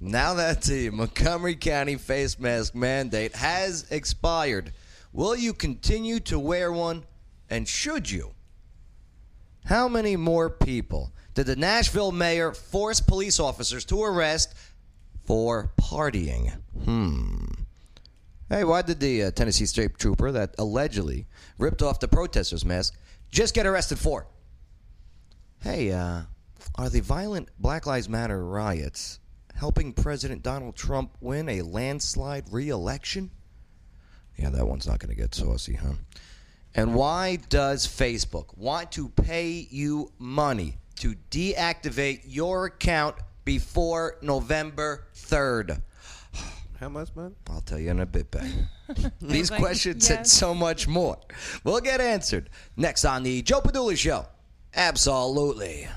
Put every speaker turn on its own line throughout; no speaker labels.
Now that the Montgomery County face mask mandate has expired, will you continue to wear one and should you? How many more people did the Nashville mayor force police officers to arrest for partying? Hmm. Hey, why did the uh, Tennessee state trooper that allegedly ripped off the protester's mask just get arrested for? Hey, uh, are the violent Black Lives Matter riots helping President Donald Trump win a landslide re-election? Yeah, that one's not going to get saucy, huh? And why does Facebook want to pay you money to deactivate your account before November 3rd?
How much, man?
I'll tell you in a bit, back. These
Like,
questions and
yes.
so much more will get answered next on the Joe Padula Show. Absolutely.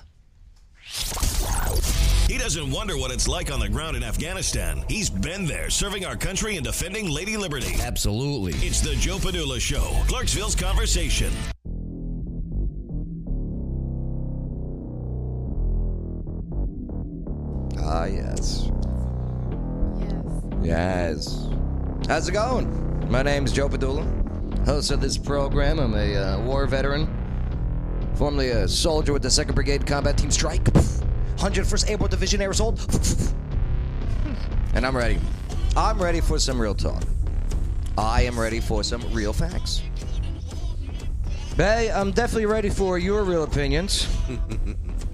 He doesn't wonder what it's like on the ground in Afghanistan. He's been there serving our country and defending Lady Liberty.
Absolutely.
It's the Joe Padula Show, Clarksville's Conversation.
Ah, yes.
Yes.
Yes. How's it going? My name's Joe Padula, host of this program. I'm a uh, war veteran, formerly a soldier with the 2nd Brigade Combat Team Strike, 101st Airborne Division Air Assault. And I'm ready. I'm ready for some real talk. I am ready for some real facts. Hey, I'm definitely ready for your real opinions.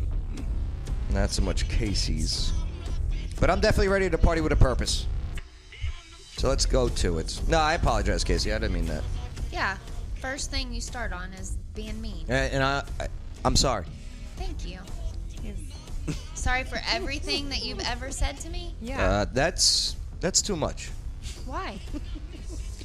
Not so much Casey's. But I'm definitely ready to party with a purpose. So let's go to it. No, I apologize, Casey. I didn't mean that.
Yeah. First thing you start on is being mean.
And, and I, I, I'm sorry.
Thank you. Sorry for everything that you've ever said to me.
Yeah.
Uh, that's that's too much.
Why?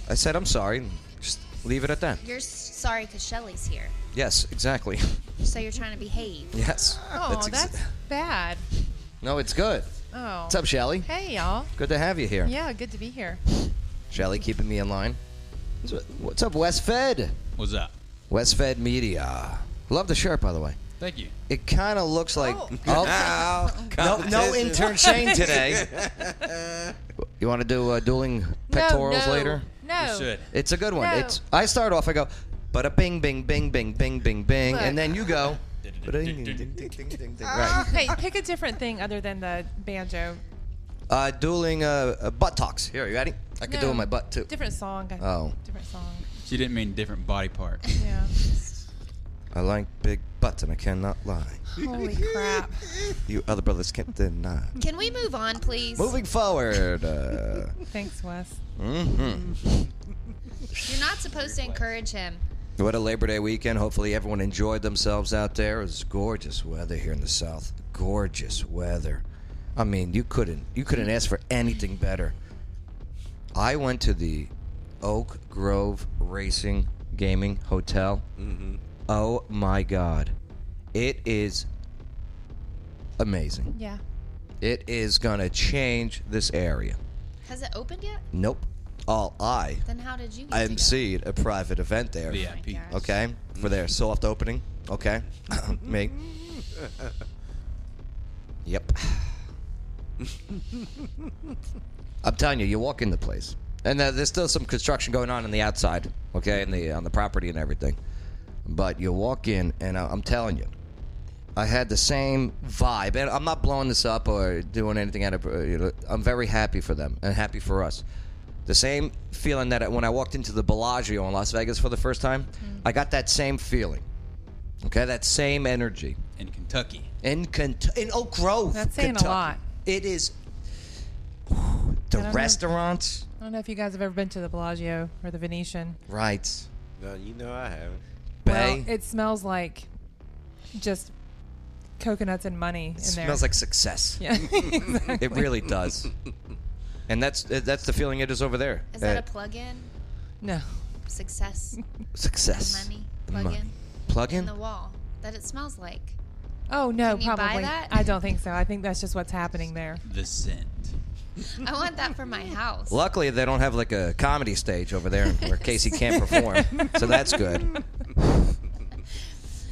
I said I'm sorry. Just leave it at that.
You're s- sorry because Shelly's here.
Yes, exactly.
So you're trying to behave.
Yes.
oh, that's,
ex-
bad.
no, it's good.
Oh.
What's up, Shelly?
Hey, y'all.
Good to have you here.
Yeah, good to be here.
Shelly keeping me in line. What's up, West Fed?
What's up?
West Fed Media. Love the shirt, by the way.
Thank you.
It kind of looks like
Oh.
oh, no, no intern Shane today. you want to do uh, dueling pectorals
no, no,
later?
No.
Should.
It's a good one.
No.
It's I start off, I go, but a bing, bing, bing, bing, bing, bing, bing,
Look.
and then you go. ba-ding, ding, ding, ding, ding, ding, ding. Right.
Uh, Hey, pick a different thing other than the banjo.
Uh, dueling uh, uh, butt talks. Here, you ready? I can do it
No.
with my butt too.
Different song.
Oh.
Different song.
She didn't mean different body part.
Yeah.
I like big butts, and I cannot lie.
Holy crap.
You other brothers can't deny.
Can we move on, please?
Moving forward. Uh,
Thanks, Wes.
mhm.
You're not supposed to encourage him.
What a Labor Day weekend. Hopefully, everyone enjoyed themselves out there. It was gorgeous weather here in the South. Gorgeous weather. I mean, you couldn't you couldn't ask for anything better. I went to the Oak Grove Racing Gaming Hotel. Mm-hmm. Oh my God, it is amazing.
Yeah.
It is gonna change this area.
Has it opened yet?
Nope. All I
Then how did you get to go?
emceed a private event there
VIP.
gosh.
okay, for their soft opening. Okay, me. Yep. I'm telling you, you walk in the place, and uh, there's still some construction going on on the outside. Okay, and the on the property and everything, but you walk in, and I, I'm telling you. I had the same vibe, and I'm not blowing this up or doing anything out of. uh, you know, I'm very happy for them and happy for us. The same feeling that I- when I walked into the Bellagio in Las Vegas for the first time,
Mm-hmm.
I got that same feeling. Okay, that same energy
In Kentucky.
in Kent- in Oak Grove.
That's saying a
Kentucky.
lot.
It is
I
the
don't know.
restaurants,
I don't know if you guys have ever been to the Bellagio or the Venetian.
right?
No, you know I haven't.
Bay.
Well, it smells like just coconuts and money in
It
there.
smells like success.
Yeah.
It really does. And that's uh, that's the feeling it is over there.
Is that
Uh,
a plug-in?
no.
Success,
success?
money,
The
plug-in
money.
in
Plug in?
the wall that it smells like.
Oh no,
Can you buy
probably.
that?
I don't think so. I think that's just what's happening there.
The scent.
I want that for my house.
Luckily, they don't have like a comedy stage over there where Casey can't perform, so that's good.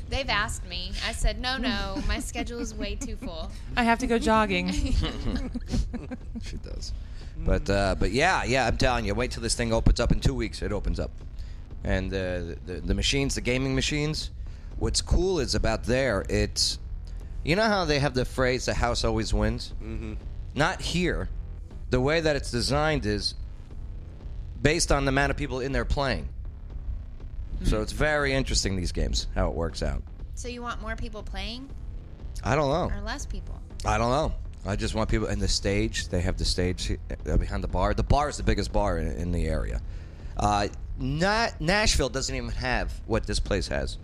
They've asked me. I said, no, no, my schedule is way too full.
I have to go jogging.
She does. But uh, but yeah, yeah, I'm telling you, wait till this thing opens up in two weeks. It opens up, and uh, the the machines, the gaming machines. What's cool is about there. It's you know how they have the phrase "the house always wins." Mm-hmm. Not here. The way that it's designed is based on the amount of people in there playing. So it's very interesting these games how it works out.
So you want more people playing
I don't know.
or less people?
I don't know. I just want people in the stage. They have the stage uh, behind the bar. The bar is the biggest bar in, in the area. Uh, not Nashville doesn't even have what this place has.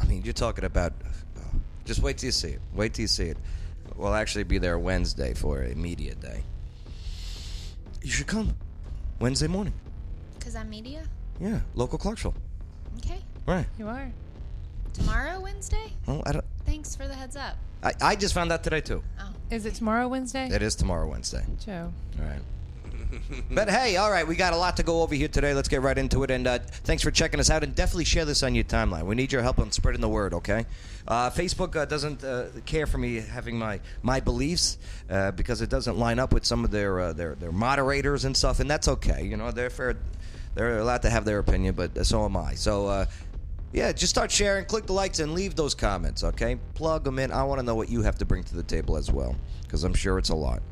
I mean, you're talking about. Uh, just wait till you see it. Wait till you see it. We'll actually be there Wednesday for a media day. You should come Wednesday morning.
Because I'm media?
Yeah, local Clarksville.
Okay.
Right.
you are.
Tomorrow, Wednesday?
Well, I don't.
Thanks for the heads up.
I, I just found out today too.
Oh.
Is it tomorrow, Wednesday?
It is tomorrow Wednesday.
Joe.
All right. but hey, all right, we got a lot to go over here today. Let's get right into it. And uh, thanks for checking us out. And definitely share this on your timeline. We need your help on spreading the word. Okay. Uh, Facebook uh, doesn't uh, care for me having my my beliefs uh, because it doesn't line up with some of their uh, their their moderators and stuff. And that's okay. You know, they're fair. They're allowed to have their opinion, but so am I. So. Uh, yeah, just start sharing, click the likes, and leave those comments, okay? Plug them in. I want to know what you have to bring to the table as well, because I'm sure it's a lot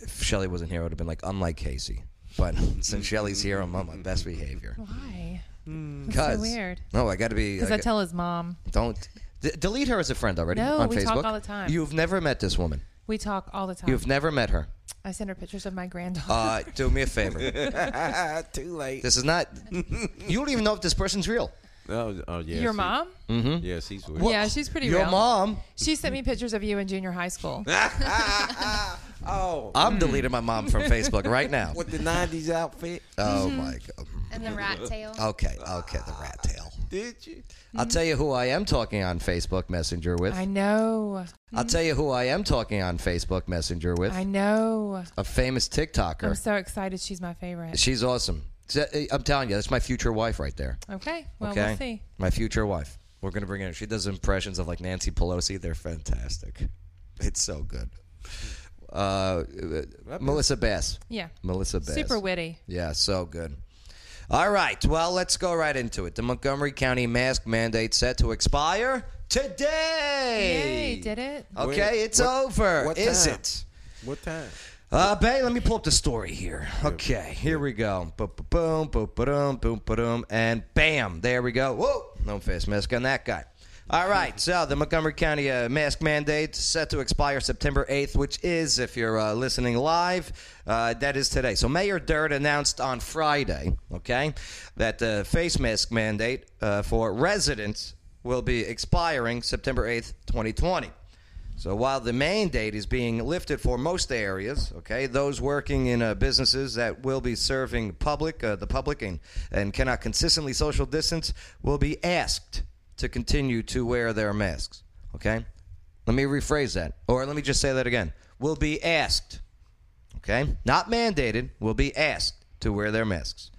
if Shelly wasn't here, I would have been like, unlike Casey. But since Shelly's here, I'm on my best behavior.
Why? Oh, That's so
Because
weird.
No, I got to be.
Because
I
I
got-
tell his mom.
don't d- delete her as a friend already
No,
on
we
Facebook.
talk all the time.
You've never met this woman.
We talk all the time.
You've never met her.
I send her pictures of my granddaughter.
Uh, do me a favor.
Ah, Too late.
This is not. You don't even know if this person's real.
oh, oh yeah.
Your
she-
mom?
Yeah, she's weird.
Yeah, she's pretty
Mm. Your
real.
mom.
She sent me pictures of you in junior high school.
Oh,
Mm.
I'm deleting my mom from Facebook right now.
with the '90s outfit.
Oh my
Mm-hmm.
god.
And the rat tail.
Okay, okay, the rat tail.
Did you?
I'll tell you who I am talking on Facebook Messenger with.
I know.
I'll tell you who I am talking on Facebook Messenger with.
I know.
a famous TikToker.
I'm so excited. She's my favorite.
She's awesome. So, uh, I'm telling you, that's my future wife right there.
Okay. Well,
Okay,
we'll see.
my future wife. We're gonna bring her. in. She does impressions of like Nancy Pelosi. They're fantastic. It's so good. Uh, uh, Melissa Bass.
Yeah.
Melissa Bass.
Super witty.
Yeah, so good. All right. Well, let's go right into it. The Montgomery County mask mandate set to expire today.
Yay, did it?
Okay,
Wait,
it's
what-
over.
what
is
time?
it?
What time?
Uh, Bay, let me pull up the story here. Okay, here we go. Boom, boom, boom, boom, boom, boom, and bam, there we go. Whoa, no face mask on that guy. All right, so the Montgomery County uh, mask mandate set to expire September 8th, which is, if you're uh, listening live, uh, that is today. So Mayor Dirt announced on Friday, okay, that the face mask mandate uh, for residents will be expiring September 8th, 2020. So while the mandate is being lifted for most areas, okay, those working in uh, businesses that will be serving public, uh, the public, and, and cannot consistently social distance will be asked to continue to wear their masks. Okay, let me rephrase that, or let me just say that again: will be asked. Okay, not mandated, will be asked to wear their masks.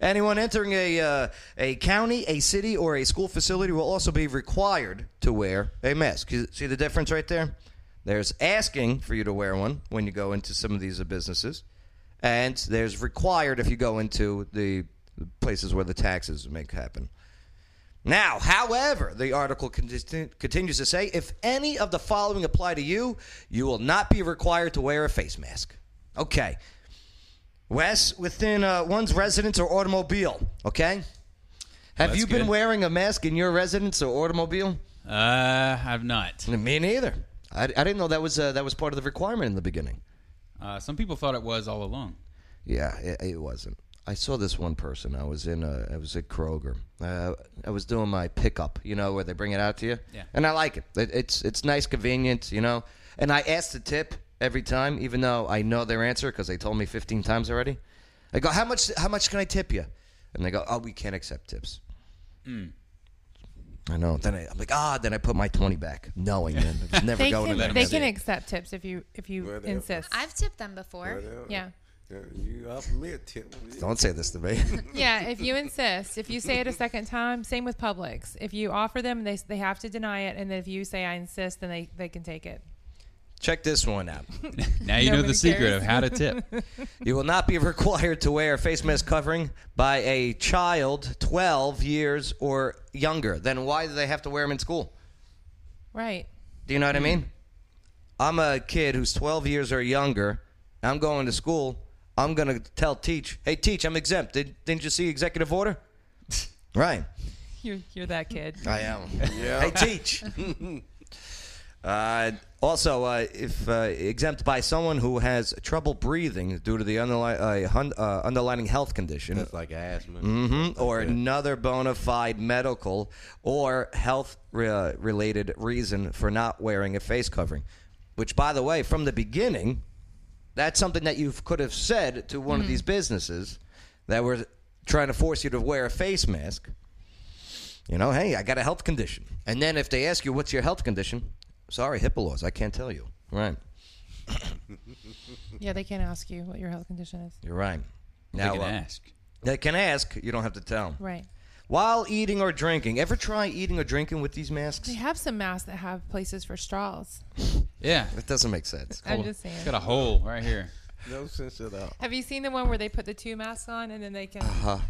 Anyone entering a uh, a county, a city, or a school facility will also be required to wear a mask. You see the difference right there? There's asking for you to wear one when you go into some of these uh, businesses, and there's required if you go into the places where the taxes make happen. Now, however, the article conti- continues to say if any of the following apply to you, you will not be required to wear a face mask. Okay. Wes, within uh, one's residence or automobile, okay? Have
That's
you been
good.
wearing a mask in your residence or automobile?
Uh, I've not.
Me neither. I, I didn't know that was uh, that was part of the requirement in the beginning.
Uh, some people thought it was all along.
Yeah, it, it wasn't. I saw this one person. I was in a, I was at Kroger. Uh, I was doing my pickup, you know, where they bring it out to you.
Yeah.
And I like it. it. It's it's nice, convenient, you know. And I ask the tip every time, even though I know their answer because they told me 15 times already. I go, how much? How much can I tip you? And they go, oh, we can't accept tips. I know. Then I, I'm like, ah. Then I put my 20 back, knowing that it's never
They
going to
can,
that.
they
machine.
can accept tips if you if you
Whatever.
insist.
I've tipped them before.
Whatever.
yeah.
Uh, You up me a tip.
Don't say this to me.
Yeah, if you insist, if you say it a second time, same with Publix. If you offer them, they they have to deny it, and then if you say I insist, then they they can take it.
Check this one out.
Now you know the
Nobody
secret
cares.
of how to tip.
You will not be required to wear a face mask covering by a child 12 years or younger. Then why do they have to wear them in school?
Right.
Do you know what I mean? I'm a kid who's 12 years or younger. and I'm going to school. I'm going to tell teach, hey, teach, I'm exempt. Did, didn't you see executive order? right.
You're you're that kid.
I am. Hey, teach. uh, also, uh, if uh, exempt by someone who has trouble breathing due to the underli- uh, hun- uh, underlying health condition
That's like asthma.
Mm-hmm.
Mhm, or another bona fide medical or health re- uh, related reason for not wearing a face covering. Which, by the way, from the beginning, that's something that you could have said to one of these businesses that were trying to force you to wear a face mask. You know, hey, I got a health condition. And then if they ask you, what's your health condition? Sorry, HIPAA laws. I can't tell you. Right.
Yeah, they can't ask you what your health condition is.
You're right.
They can
uh,
ask.
They can ask. You don't have to tell.
Right.
While eating or drinking, ever try eating or drinking with these masks?
They have some masks that have places for straws.
Yeah.
That doesn't make sense.
I'm just saying.
It's got a hole right here.
No sense at all.
Have you seen the one where they put the two masks on and then they can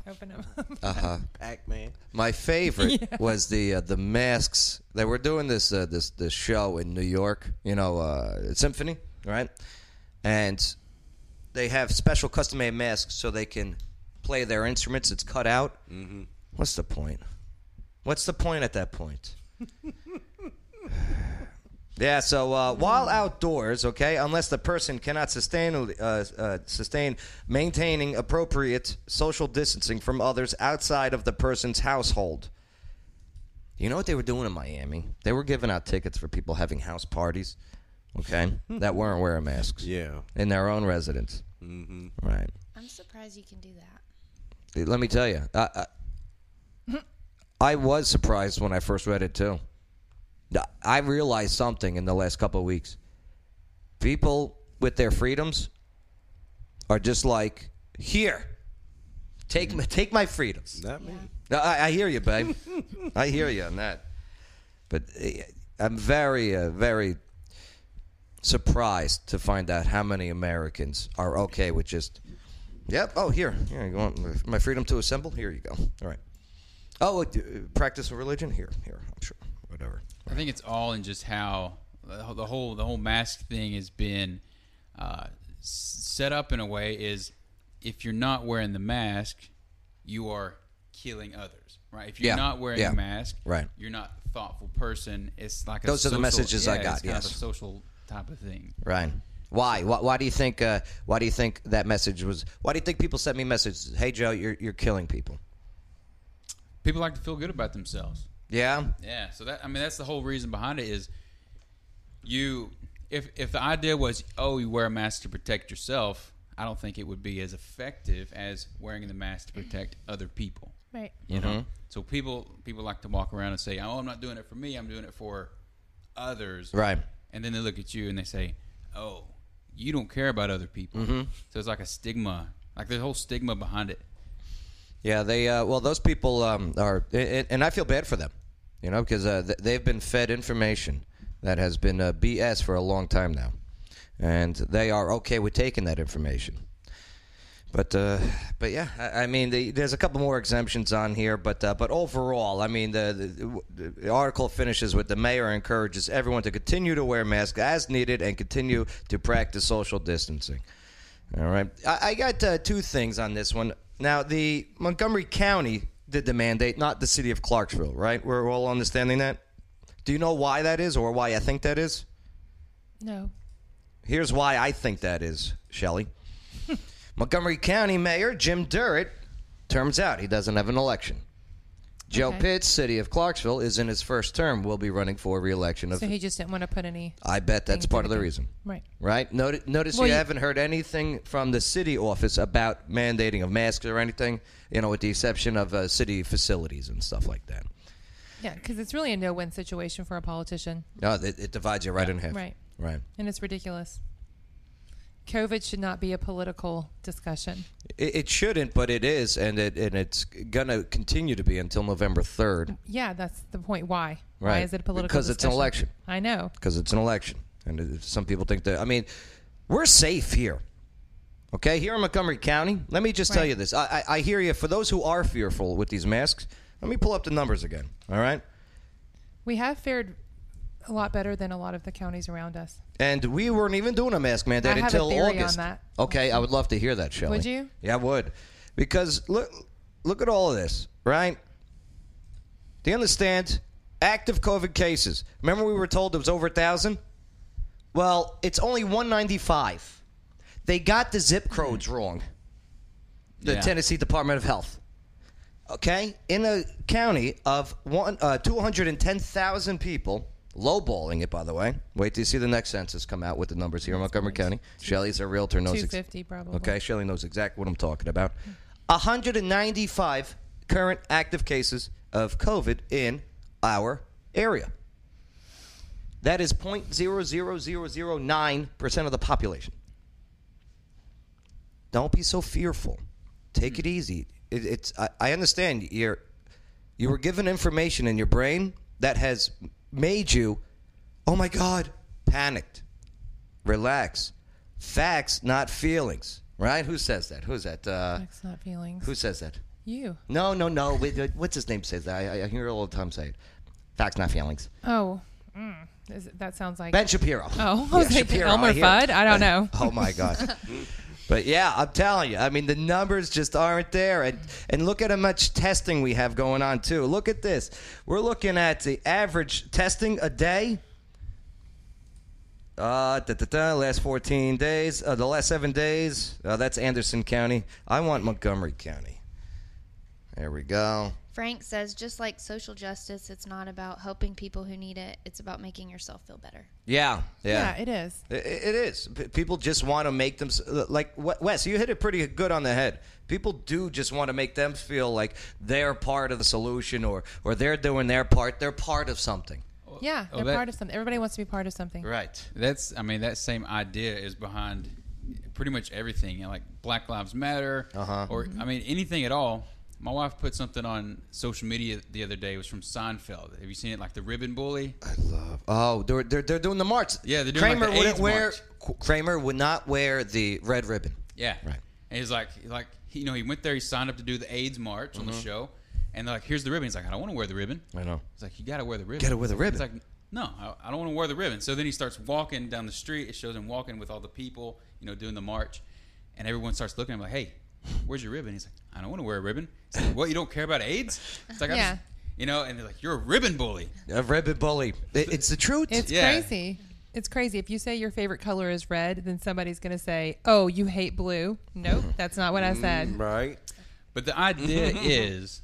open them up?
Pac Man.
My favorite was the uh, the masks. They were doing this uh, this this show in New York, you know, uh, symphony, right? And they have special custom made masks so they can play their instruments. It's cut out. Mm-hmm. What's the point? What's the point at that point? Yeah, so uh, while outdoors, okay, unless the person cannot sustain uh, uh, sustain maintaining appropriate social distancing from others outside of the person's household. You know what they were doing in Miami? They were giving out tickets for people having house parties, okay, that weren't wearing masks
Yeah.
in their own residence. Mm-hmm. Right.
I'm surprised you can do that.
Let me tell you, I, I, I was surprised when I first read it too. I realized something in the last couple of weeks. People with their freedoms are just like here. Take m- take my freedoms.
Not me.
No, I, I hear you, babe. I hear you on that. But eh, I'm very, uh, very surprised to find out how many Americans are okay with just, yep, oh, here, here, you want my- my freedom to assemble? Here you go. All right. Oh, uh, practice of religion? Here, here, I'm sure. Whatever.
I think it's all in just how the whole- the whole the whole mask thing has been uh, s- set up in a way is if you're not wearing the mask, you are killing others, right? If you're
Yeah.
not wearing
Yeah.
the mask,
Right.
you're not a thoughtful person. It's like a
Those are the
social-
messages I
yeah,
got,
It's kind of
yes.
a social type of thing.
Ryan. Why? why? Why do you think? Uh, why do you think that message was? Why do you think people sent me messages? Hey, Joe, you're you're killing people.
People like to feel good about themselves.
Yeah.
Yeah. So that I mean that's the whole reason behind it is you if if the idea was oh you wear a mask to protect yourself, I don't think it would be as effective as wearing the mask to protect other people.
Right.
You know. So people people like to walk around and say, "Oh, I'm not doing it for me. I'm doing it for others."
Right.
And then they look at you and they say, "Oh, you don't care about other people." So it's like a stigma. Like there's a whole stigma behind it.
Yeah, they uh, well, those people um, are, and, and I feel bad for them, you know, because uh, th- they've been fed information that has been uh, BS for a long time now, and they are okay with taking that information. But uh, but yeah, I, I mean, the, there's a couple more exemptions on here, but uh, but overall, I mean, the, the, the article finishes with the mayor encourages everyone to continue to wear masks as needed and continue to practice social distancing. All right, I, I got uh, two things on this one. Now, the Montgomery County did the mandate, not the city of Clarksville, right? We're all understanding that. Do you know why that is, or why I think that is?
No.
Here's why I think that is, Shelley. Montgomery County Mayor Jim Durrett turns out he doesn't have an election. Joe
Okay.
Pitts, city of Clarksville, is in his first term, will be running for re-election. Of,
So he just didn't want to put any.
I bet that's
things
part of the
in it.
reason.
Right.
Right? Notice, notice
Well,
you
you-
haven't heard anything from the city office about mandating of masks or anything, you know, with the exception of uh, city facilities and stuff like that.
Yeah, because it's really a no-win situation for a politician,
Uh, No, it, it divides you right in half.
Right.
Right.
and it's ridiculous. COVID should not be a political discussion.
It, it shouldn't, but it is, and it and it's gonna continue to be until November third
Yeah, that's the point. Why? Why
Right.
is it a political?
Because it's an
discussion?
election.
I know.
because it's an election, and it- some people think that. I mean, we're safe here. Okay, here in Montgomery County. Let me just tell you this. I, I, I hear you. For those who are fearful with these masks, let me pull up the numbers again. All right.
We have fared a lot better than a lot of the counties around us.
And we weren't even doing a mask mandate
I have a
until
theory on
August.
that.
Okay, I would love to hear that, Shelley.
Would you?
Yeah, I would. Because look look at all of this, right? Do you understand? Active COVID cases. Remember we were told it was over a thousand? Well, it's only one ninety five. They got the zip codes wrong. The
Yeah.
Tennessee Department of Health. Okay? In a county of one uh, two hundred and ten thousand people, lowballing it by the way. Wait till you see the next census come out with the numbers here in Montgomery County. Shelley's a realtor knows
Two
ex-
fifty probably.
Okay, Shelley knows exactly what I'm talking about. 195 current active cases of COVID in our area. That is 0.00009% of the population. Don't be so fearful. Take it easy. It, it's I, I understand you're you were given information in your brain that has made you oh my god, panicked relax. Facts, not feelings. Right? Who says that? Who's that? Uh,
It's not feelings.
who says that?
you?
No, no, no. Wait, uh, What's his name says that? I, I hear it all the time say it. Facts, not feelings.
Oh, mm, is it- that sounds like.
Ben Shapiro.
Oh, I was thinking Elmer
hear.
Fudd? I don't know.
oh my God. But yeah, I'm telling you. I mean, the numbers just aren't there, and and look at how much testing we have going on too. Look at this. We're looking at the average testing a day. Uh, da, da, da, last 14 days, uh, the last seven days. Uh, that's Anderson County. I want Montgomery County. There we go.
Frank says, just like social justice, it's not about helping people who need it. It's about making yourself feel better.
Yeah, yeah.
yeah, it is.
I- It is. P- People just want to make them like W- Wes. You hit it pretty good on the head. People do just want to make them feel like they're part of the solution, or or they're doing their part. They're part of something.
Yeah,
oh,
they're
that-
part of something. Everybody wants to be part of something.
Right. That's I mean that same idea is behind pretty much everything, you know, like Black Lives Matter or I mean anything at all. My wife put something on social media the other day. It was from Seinfeld. Have you seen it? Like the ribbon bully.
I love. Oh, they're they're, they're doing the march.
Yeah, they're doing, like,
Kramer
the
wouldn't
AIDS
wear.
march.
Qu- Kramer would not wear the red ribbon.
Yeah.
Right.
And he's like, like he- you know, he went there. He signed up to do the AIDS march on the show, and they're like, "Here's the ribbon." He's like, "I don't want to wear the ribbon."
I know.
It's like you gotta wear the ribbon.
Gotta wear the ribbon.
It's like no, I, I don't want to wear the ribbon. So then he starts walking down the street. It shows him walking with all the people, you know, doing the march, and everyone starts looking at him like, "Hey, where's your ribbon?" He's like, "I don't want to wear a ribbon." It's like, "What? You don't care about AIDS?" It's like, I
Yeah.
just, you know, and they're like, "You're a ribbon bully."
A ribbon bully. It- it's the truth.
It's
Yeah.
crazy. It's crazy. If you say your favorite color is red, then somebody's going to say, "Oh, you hate blue."
Mm-hmm.
Nope, that's not what I said.
Right.
But the idea is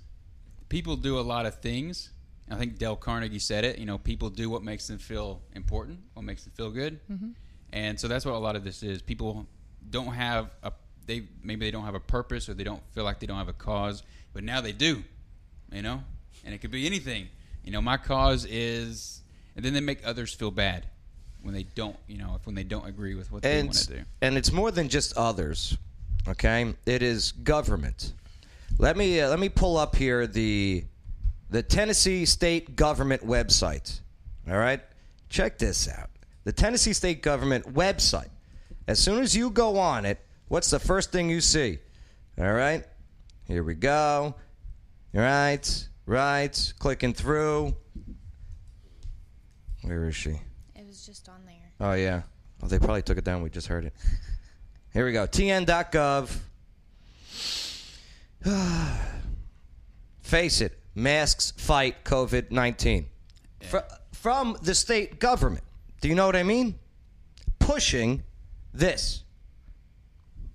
people do a lot of things. I think Dale Carnegie said it. You know, people do what makes them feel important, what makes them feel good, and so that's what a lot of this is. People don't have a they maybe they don't have a purpose or they don't feel like they don't have a cause, but now they do. You know, and it could be anything. You know, my cause is, and then they make others feel bad when they don't. You know, if when they don't agree with what they
and
want to do.
and it's more than just others. Okay, it is government. Let me uh, let me pull up here the the Tennessee state government website. All right, check this out. The Tennessee state government website. As soon as you go on it, what's the first thing you see? All right, here we go. All right, right, clicking through. Where is she?
It was just on there.
Oh yeah. Well, they probably took it down. We just heard it. Here we go. TN.gov. Face it. Masks fight COVID nineteen. from the state government. Do you know what I mean? Pushing this.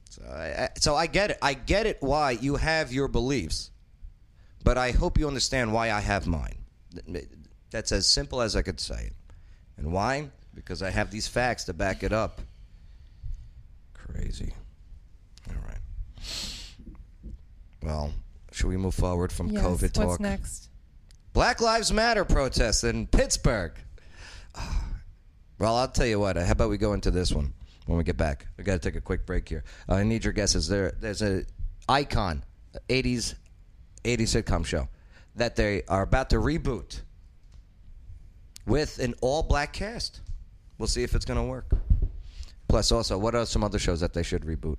So I, I- so I get it. I get it. Why you have your beliefs, but I hope you understand why I have mine. That's as simple as I could say it. And why? Because I have these facts to back it up. Crazy. All right. Well, should we move forward Mm-hmm. from
Yes.
COVID talk?
What's next?
Black Lives Matter protests in Pittsburgh. Ah, Well, I'll tell you what. How about we go into this one when we get back? We got to take a quick break here. Uh, I need your guesses. There, there's a icon, '80s, '80s sitcom show that they are about to reboot with an all-black cast. We'll see if it's going to work. Plus, also, what are some other shows that they should reboot?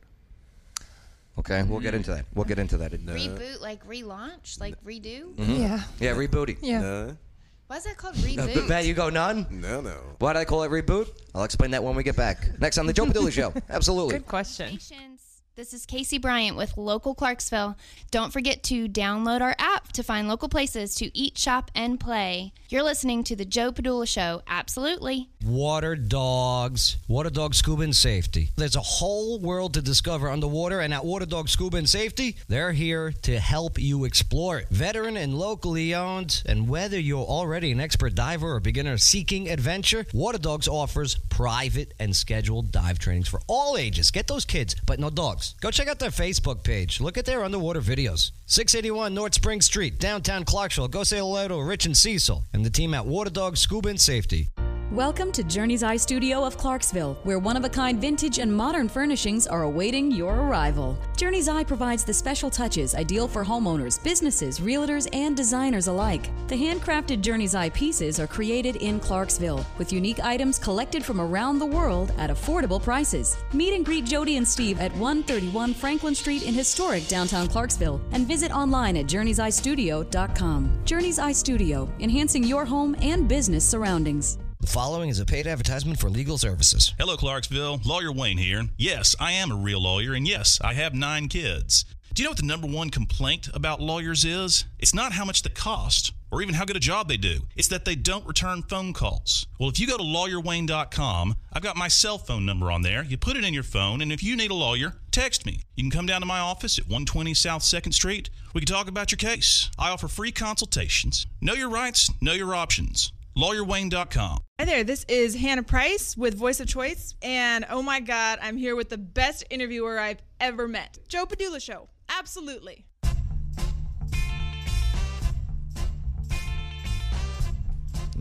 Okay, we'll get into that. We'll get into that. in-
Reboot, like relaunch, like redo.
Mm-hmm.
Yeah.
Yeah, rebooting.
Yeah.
None.
Why is that called
But Matt,
reboot?
you go none.
No, no.
Why did I call it reboot? I'll explain that when we get back. Next on the Joe Padula Show. Absolutely.
Good question.
Patience. This is Casey Bryant with Local Clarksville. Don't forget to download our app to find local places to eat, shop, and play. You're listening to The Joe Padula Show. Absolutely.
water dogs, water dog scuba and safety. There's a whole world to discover underwater, and at Water Dog Scuba and Safety, they're here to help you explore it. Veteran and locally owned, and whether you're already an expert diver or beginner seeking adventure, Water Dogs offers private and scheduled dive trainings for all ages. Get those kids, but no dogs. Go check out their Facebook page. Look at their underwater videos. 681 North Spring Street, downtown Clarksville. Go say hello to Rich and Cecil and the team at Water Dog Scuba and Safety.
Welcome to Journey's Eye Studio of Clarksville, where one of a kind vintage and modern furnishings are awaiting your arrival. Journey's Eye provides the special touches ideal for homeowners, businesses, realtors, and designers alike. The handcrafted Journey's Eye pieces are created in Clarksville with unique items collected from around the world at affordable prices. Meet and greet Jody and Steve at 131 Franklin Street in historic downtown Clarksville and visit online at journeyseyestudio.com. Journey's Eye Studio, enhancing your home and business surroundings.
The following is a paid advertisement for legal services.
Hello, Clarksville. Lawyer Wayne here. Yes, I am a real lawyer, and yes, I have nine kids. Do you know what the number one complaint about lawyers is? It's not how much they cost or even how good a job they do. It's that they don't return phone calls. Well, if you go to lawyerwayne.com, I've got my cell phone number on there. You put it in your phone, and if you need a lawyer, text me. You can come down to my office at 120 South 2nd Street. We can talk about your case. I offer free consultations. Know your rights, know your options. LawyerWayne.com.
Hi there, this is Hannah Price with Voice of Choice, and oh my God, I'm here with the best interviewer I've ever met, Joe Padula Show. Absolutely.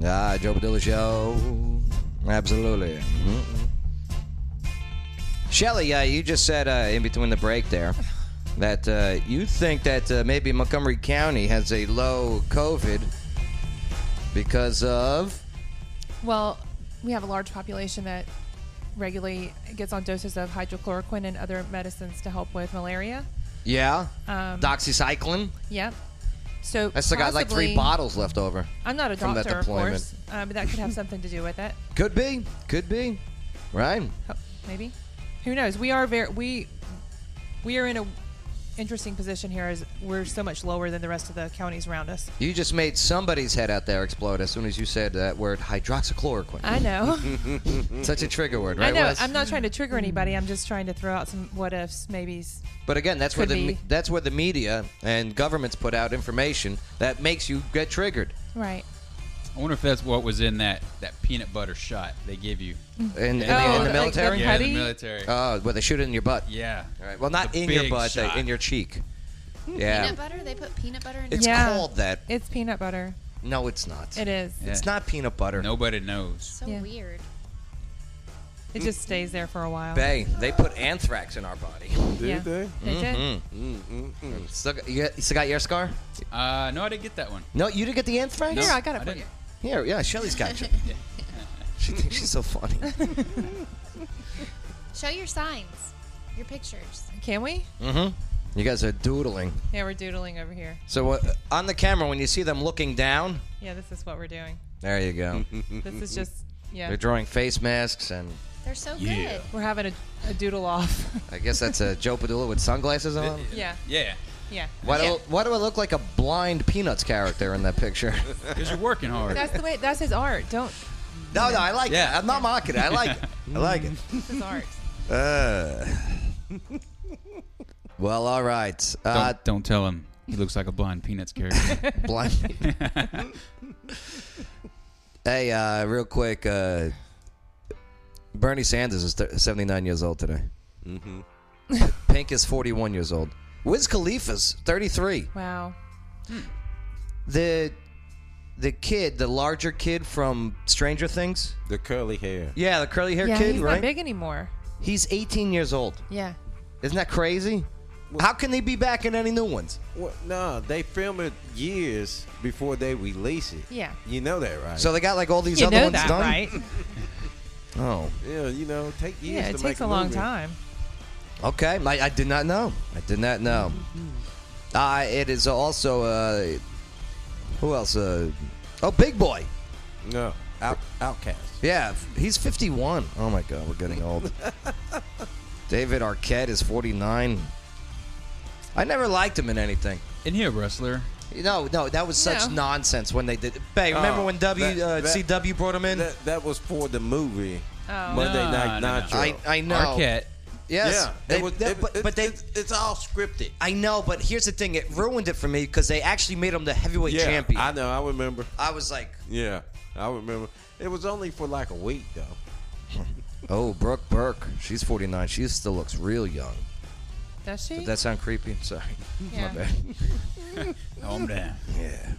Ah, Joe Padilla Show. Absolutely. mm Shelly, uh, you just said uh, in between the break there that uh, you think that uh, maybe Montgomery County has a low COVID because of.
Well, we have a large population that regularly gets on doses of hydrochloroquine and other medicines to help with malaria.
Yeah.
Um,
doxycycline.
Yep. So
I still got like three
possibly-
bottles left over.
I'm not a
from that
doctor, of
deployment.
course, uh, but that could have something to do with it.
Could be. Could be. Right.
Ho- Maybe. Who knows? We are very we we are in a interesting position here as we're so much lower than the rest of the counties around us.
You just made somebody's head out there explode as soon as you said that word hydroxychloroquine.
I know.
Such a trigger word, right?
I know.
Wes? Mm.
I'm not trying to trigger anybody. I'm just trying to throw out some what ifs, maybes.
But again, that's where
Could
the me-
be.
that's where the media and governments put out information that makes you get triggered.
Right.
I wonder if that's what was in that, that peanut butter shot they give you.
In, in the-
Oh,
in the,
like the
military,
Yeah,
Putty?
the military.
uh, where they shoot it in your butt.
yeah.
All right. Well, not
The
in your
big
butt, they-
shot.
in your cheek. Yeah.
Peanut butter? They put peanut butter in
It's
your
Hmm, Yeah.
called that.
It's peanut butter.
No, it's not.
It is.
Yeah.
It's not peanut butter.
Nobody knows.
So
Yeah.
weird.
It just stays there for a while.
Bay. They put anthrax in our body.
Did
Yeah.
they?
They did.
Still got, you, got- you still got your scar?
Uh, no, I didn't get that one.
No, you didn't get the anthrax.
Here, I got it
I
for
didn't.
you.
Here, yeah, Shelly's got you. she thinks she's so funny.
Show your signs, your pictures.
Can we?
You guys are doodling.
Yeah, we're doodling over here.
So uh, on the camera, when you see them looking down,
Yeah, this is what we're doing.
there you go.
This is just yeah.
They're drawing face masks, and
They're so good.
We're having a, a doodle off.
I guess that's a Joe Padula with sunglasses on.
yeah.
Yeah.
Yeah.
Why do, why do I look like a blind Peanuts character in that picture?
Because you're working hard.
That's the way. That's his art. Don't.
no, no, I like it.
Yeah.
I'm not mocking it. I like it. I like it.
This is art.
Well, all right.
Don't,
Uh,
don't tell him. He looks like a blind peanuts character.
blind. hey, uh, real quick. Uh, Bernie Sanders is th- 79 years old today. Mm-hmm. Pink is 41 years old. Wiz Khalifa's 33.
Wow.
The the kid, the larger kid from Stranger Things?
The curly hair.
Yeah, the curly hair
yeah,
kid,
he's
right?
not big anymore.
He's 18 years old.
Yeah.
Isn't that crazy? How can they be back in any new ones?
Well, no, they film it years before they release it.
Yeah.
You know that, right?
So they got like all these
You
other
know
ones
that,
done.
right?
Oh,
yeah, you know, take years.
Yeah,
to
it
make
takes a long
movie.
time.
okay. I, I did not know. I did not know. Uh, it is also uh, who else? Uh, oh, Big Boy.
No, out, outcast.
Yeah, f- he's 51. Oh my God, we're getting old. David Arquette is 49. I never liked him in anything.
And he a wrestler.
No, no, that was such
No.
nonsense when they did. Hey, remember
Oh,
when W
that-
uh,
that-
CW brought him in?
That, that was for the movie
Oh.
Monday
No,
Night
no, no.
Nitro.
I, I know.
Arquette.
Yes.
Yeah,
They-
it was,
that-
it-
but,
it-
but they.
it's, it's all scripted.
I know, but here's the thing. It ruined it for me because they actually made him the heavyweight
yeah,
champion.
I
I,
know. I remember.
was like,
Yeah, I remember. It was only for like a week though.
oh, Brooke Burke. She's 49. She still looks real young.
Does she?
Did that sound creepy? Sorry.
Yeah.
My bad.
Calm down.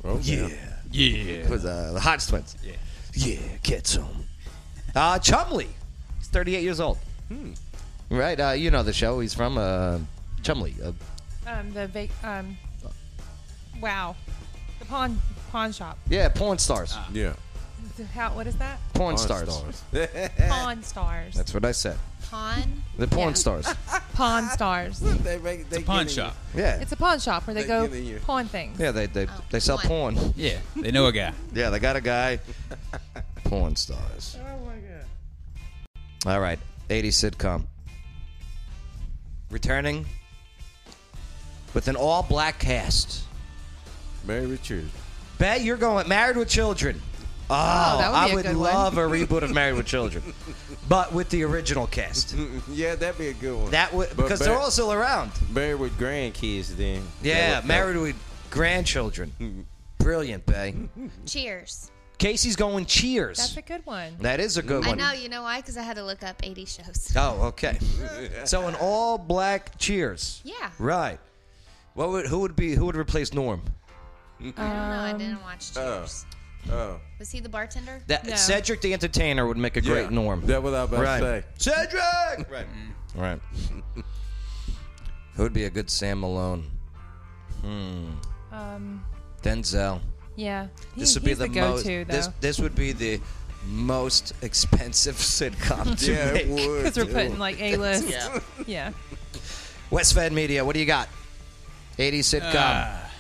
Oh, Yeah.
yeah.
Yeah.
With uh, the Hodge twins. Yeah. Yeah, get some. Uh, Chumley. He's 38 years old. Hmm. Right. Uh, you know the show. He's from uh, Chumley. Uh,
Um, the vac- um, wow, the pawn pawn shop.
yeah, Porn Stars.
Yeah.
The How, what is that?
porn,
Porn
stars.
stars.
Pawn stars.
Eh. That's what I said.
Pawn.
The porn
Yeah.
stars.
Pawn stars.
they make, they
The pawn
get in-
shop.
Yeah.
It's a pawn shop where they
They
go
give it you.
pawn things.
yeah, they, they, they sell
porn.
porn.
Yeah. They know a guy.
Yeah, they got a guy. Porn stars. Oh my god. All right, 80 sitcom. Returning with an all black cast.
Mary Richards.
Bet you're going with Married with Children. Oh,
that would be
I
a
would
good one.
love a reboot of Married with Children, but with the original cast.
Yeah, that'd be a good one.
That would
But
because they're
Mar-
all still around.
married with grandkids. Then.
Yeah,
That would-
Married with grandchildren. Brilliant, Bay.
Cheers.
Casey's going Cheers.
That's a good one.
that is a good
I
one.
know. You know why? Because I had to look up 80 shows.
Oh, okay. so an all black Cheers.
Yeah.
Right. What would who would be who would replace Norm?
I don't know. I didn't watch
oh.
Cheers.
Oh.
Was he the bartender?
That
No.
Cedric the Entertainer would make a
Yeah,
great Norm.
That what I was about
right.
to say.
Cedric. Right. Right. who would be a good Sam Malone? Hmm.
Um,
Denzel.
yeah. He-
This would be
he's
the, most.
go-to though.
This this would be the most expensive sitcom to
Yeah,
make.
it would.
because we're
too.
putting like A list. yeah.
West Fed Media. What do you got? 80s sitcom.
Ah.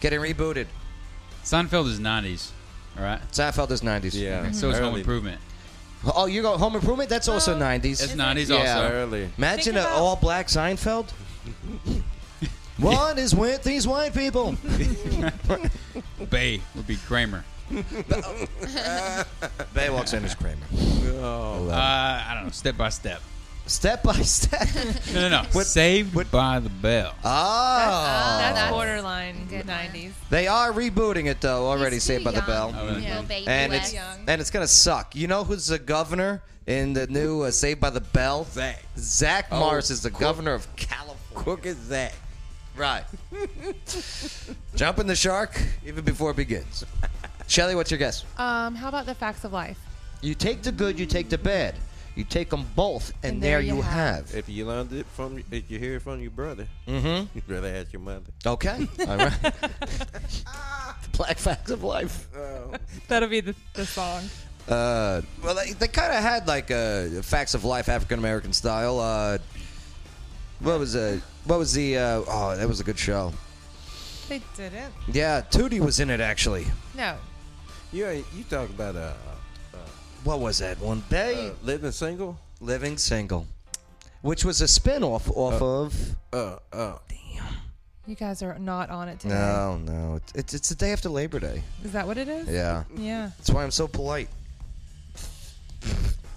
Getting rebooted.
Ah. Seinfeld is 90s. All right.
Seinfeld is 90s.
Yeah.
So it's Home
early.
Improvement.
Oh, you go Home Improvement. That's also '90s.
It's 90s
Yeah.
also.
Early.
Imagine an
Think about-
all-black Seinfeld. One is with these white people.
Bay would be Kramer.
Bay walks in as Kramer.
Uh, I don't know. Step by step.
Step by step.
No, no, no. Saved by the Bell.
Oh,
That's borderline
Good one.
90s.
they are rebooting it though. Already
He's
Saved
too
by the
young.
Bell.
really?
Little Oh, baby
And
Wes.
it's and it's gonna suck. You know who's the governor in the new uh, Saved by the Bell?
Zach.
Zach
Oh,
Morris is the governor of California.
Quick as that.
Right. Jumping the shark even before it begins. Shelly, what's your guess?
Um, how about the facts of life?
You take the good, you take the bad. You take them both, and, there, you have.
If you learned it from, if you hear it from your brother,
Mm-hmm.
you better ask your mother.
Okay. All right. Black facts of life.
That'll be the, the song.
Uh, well, they, they kind of had like uh, facts of life African American style. Uh, what was uh, what was the? Uh, oh, that was a good show.
They didn't.
Yeah, Tootie was in it actually.
No.
You ain't- you talk about uh,
What was that one? They
uh living single?
Living Single, which was a spinoff off of.
Uh, uh,
You guys are not on it today.
No, no, it's- it's it's the day after Labor Day.
Is that what it is?
Yeah,
Yeah.
that's why I'm so polite.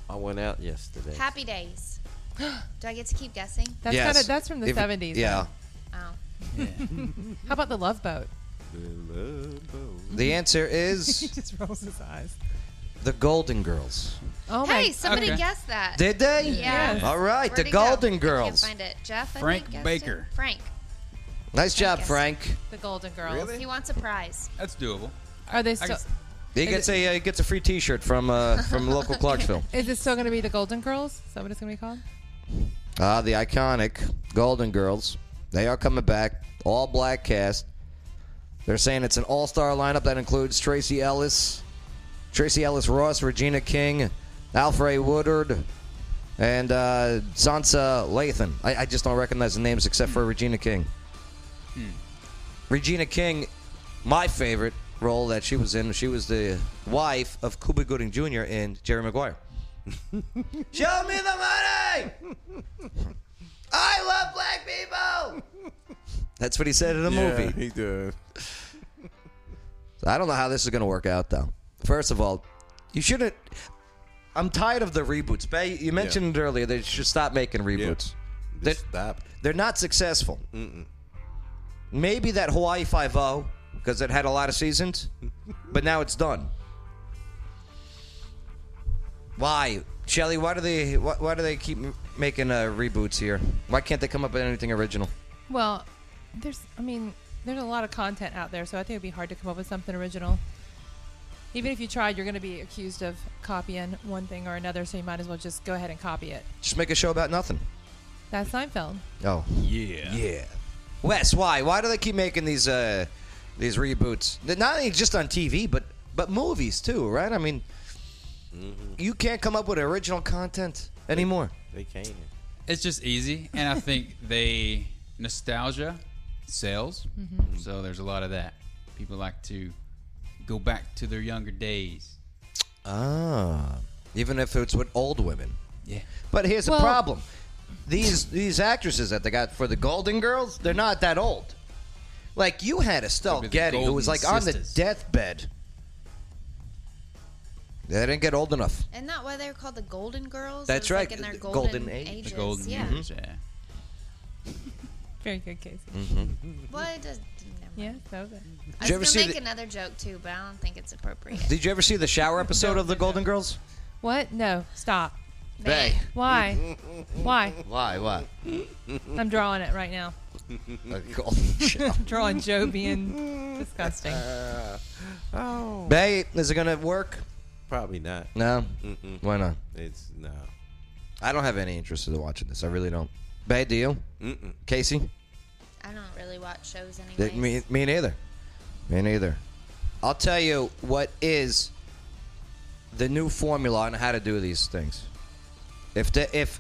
I went out yesterday.
Happy Days. Do I get to keep guessing?
That's
Yes.
kind of that's from the
If-
70s.
Yeah.
Oh.
How about the Love Boat?
The answer
He
is
just rolls his eyes.
the Golden Girls.
Oh my.
hey, somebody
okay.
guessed that.
Did they?
Yes.
All right,
Where'd
the
it go?
Golden Girls.
I can't find it. Jeff. I
Frank
think, guessed
Baker.
It. Frank.
Nice job,
guess.
Frank.
the Golden Girls.
Really?
He wants a prize.
That's doable.
Are they still?
guess-
He gets a uh, he gets a free T-shirt from uh, from local Clarksville.
Is it still going to be the Golden Girls? Is that what it's going to be called?
Ah, the iconic Golden Girls. They are coming back, all black cast. They're saying it's an all star lineup that includes Tracy Ellis, Tracy Ellis Ross, Regina King, Alfred Woodard, and uh, Sansa Lathan. I, I just don't recognize the names except for Regina King. Hmm. Regina King, my favorite role that she was in, she was the wife of Cuba Gooding Jr. in Jerry Maguire. Show me the money! I love black people. That's what he said in the
Yeah,
movie.
he does.
So I don't know how this is going to work out, though. First of all, you shouldn't. I'm tired of the reboots. Bay, you mentioned it earlier. They should stop making reboots. They-
Just stop.
They're not successful. Maybe that Hawaii Five O because it had a lot of seasons, but now it's done. Why, Shelly? Why do they? Why, why do they keep m- making uh, reboots here? Why can't they come up with anything original?
Well, there's, I mean, there's a lot of content out there, so I think it'd be hard to come up with something original. Even if you tried, you're going to be accused of copying one thing or another, so you might as well just go ahead and copy it.
Just make a show about nothing.
That's Seinfeld.
Oh.
Yeah.
Yeah. Wes, why? Why do they keep making these uh these reboots? They're Not only just on TV, but but movies too, right? I mean,
Mm-hmm.
you can't come up with original content anymore.
They can.
It's just easy, and I think they nostalgia sells. So there's a lot of that. People like to go back to their younger days.
Ah. Even if it's with old women.
Yeah.
But here's
Well-
the problem. These these actresses that they got for the Golden Girls, they're not that old. Like you had Estelle
Could be the
Getty, who was like
Golden
on the
Sisters.
deathbed. They didn't get old enough.
Isn't that why they're called the Golden Girls?
That's
It was,
right,
Like in their
the
golden,
golden age. The
ages.
The golden
yeah.
years. Yeah.
Very good, Casey.
Mm.
Well, it does. Never
Yeah, that was it.
I was
you ever
gonna
see
make
the-
another joke too, but I don't think it's appropriate.
Did you ever see the shower episode of the Golden Girls?
What? No, stop.
Bay.
Why? Why?
Why? Why?
I'm drawing it right now.
A golden shower.
I'm drawing Joe being disgusting.
Oh.
Bay, is it gonna work?
Probably not.
No. Why not?
It's no.
I don't have any interest in watching this. I really don't. Bay, do you? Mm-mm. Casey?
I don't really watch shows anyway.
Th- Me, me neither. Me neither. I'll tell you what is the new formula on how to do these things. If the if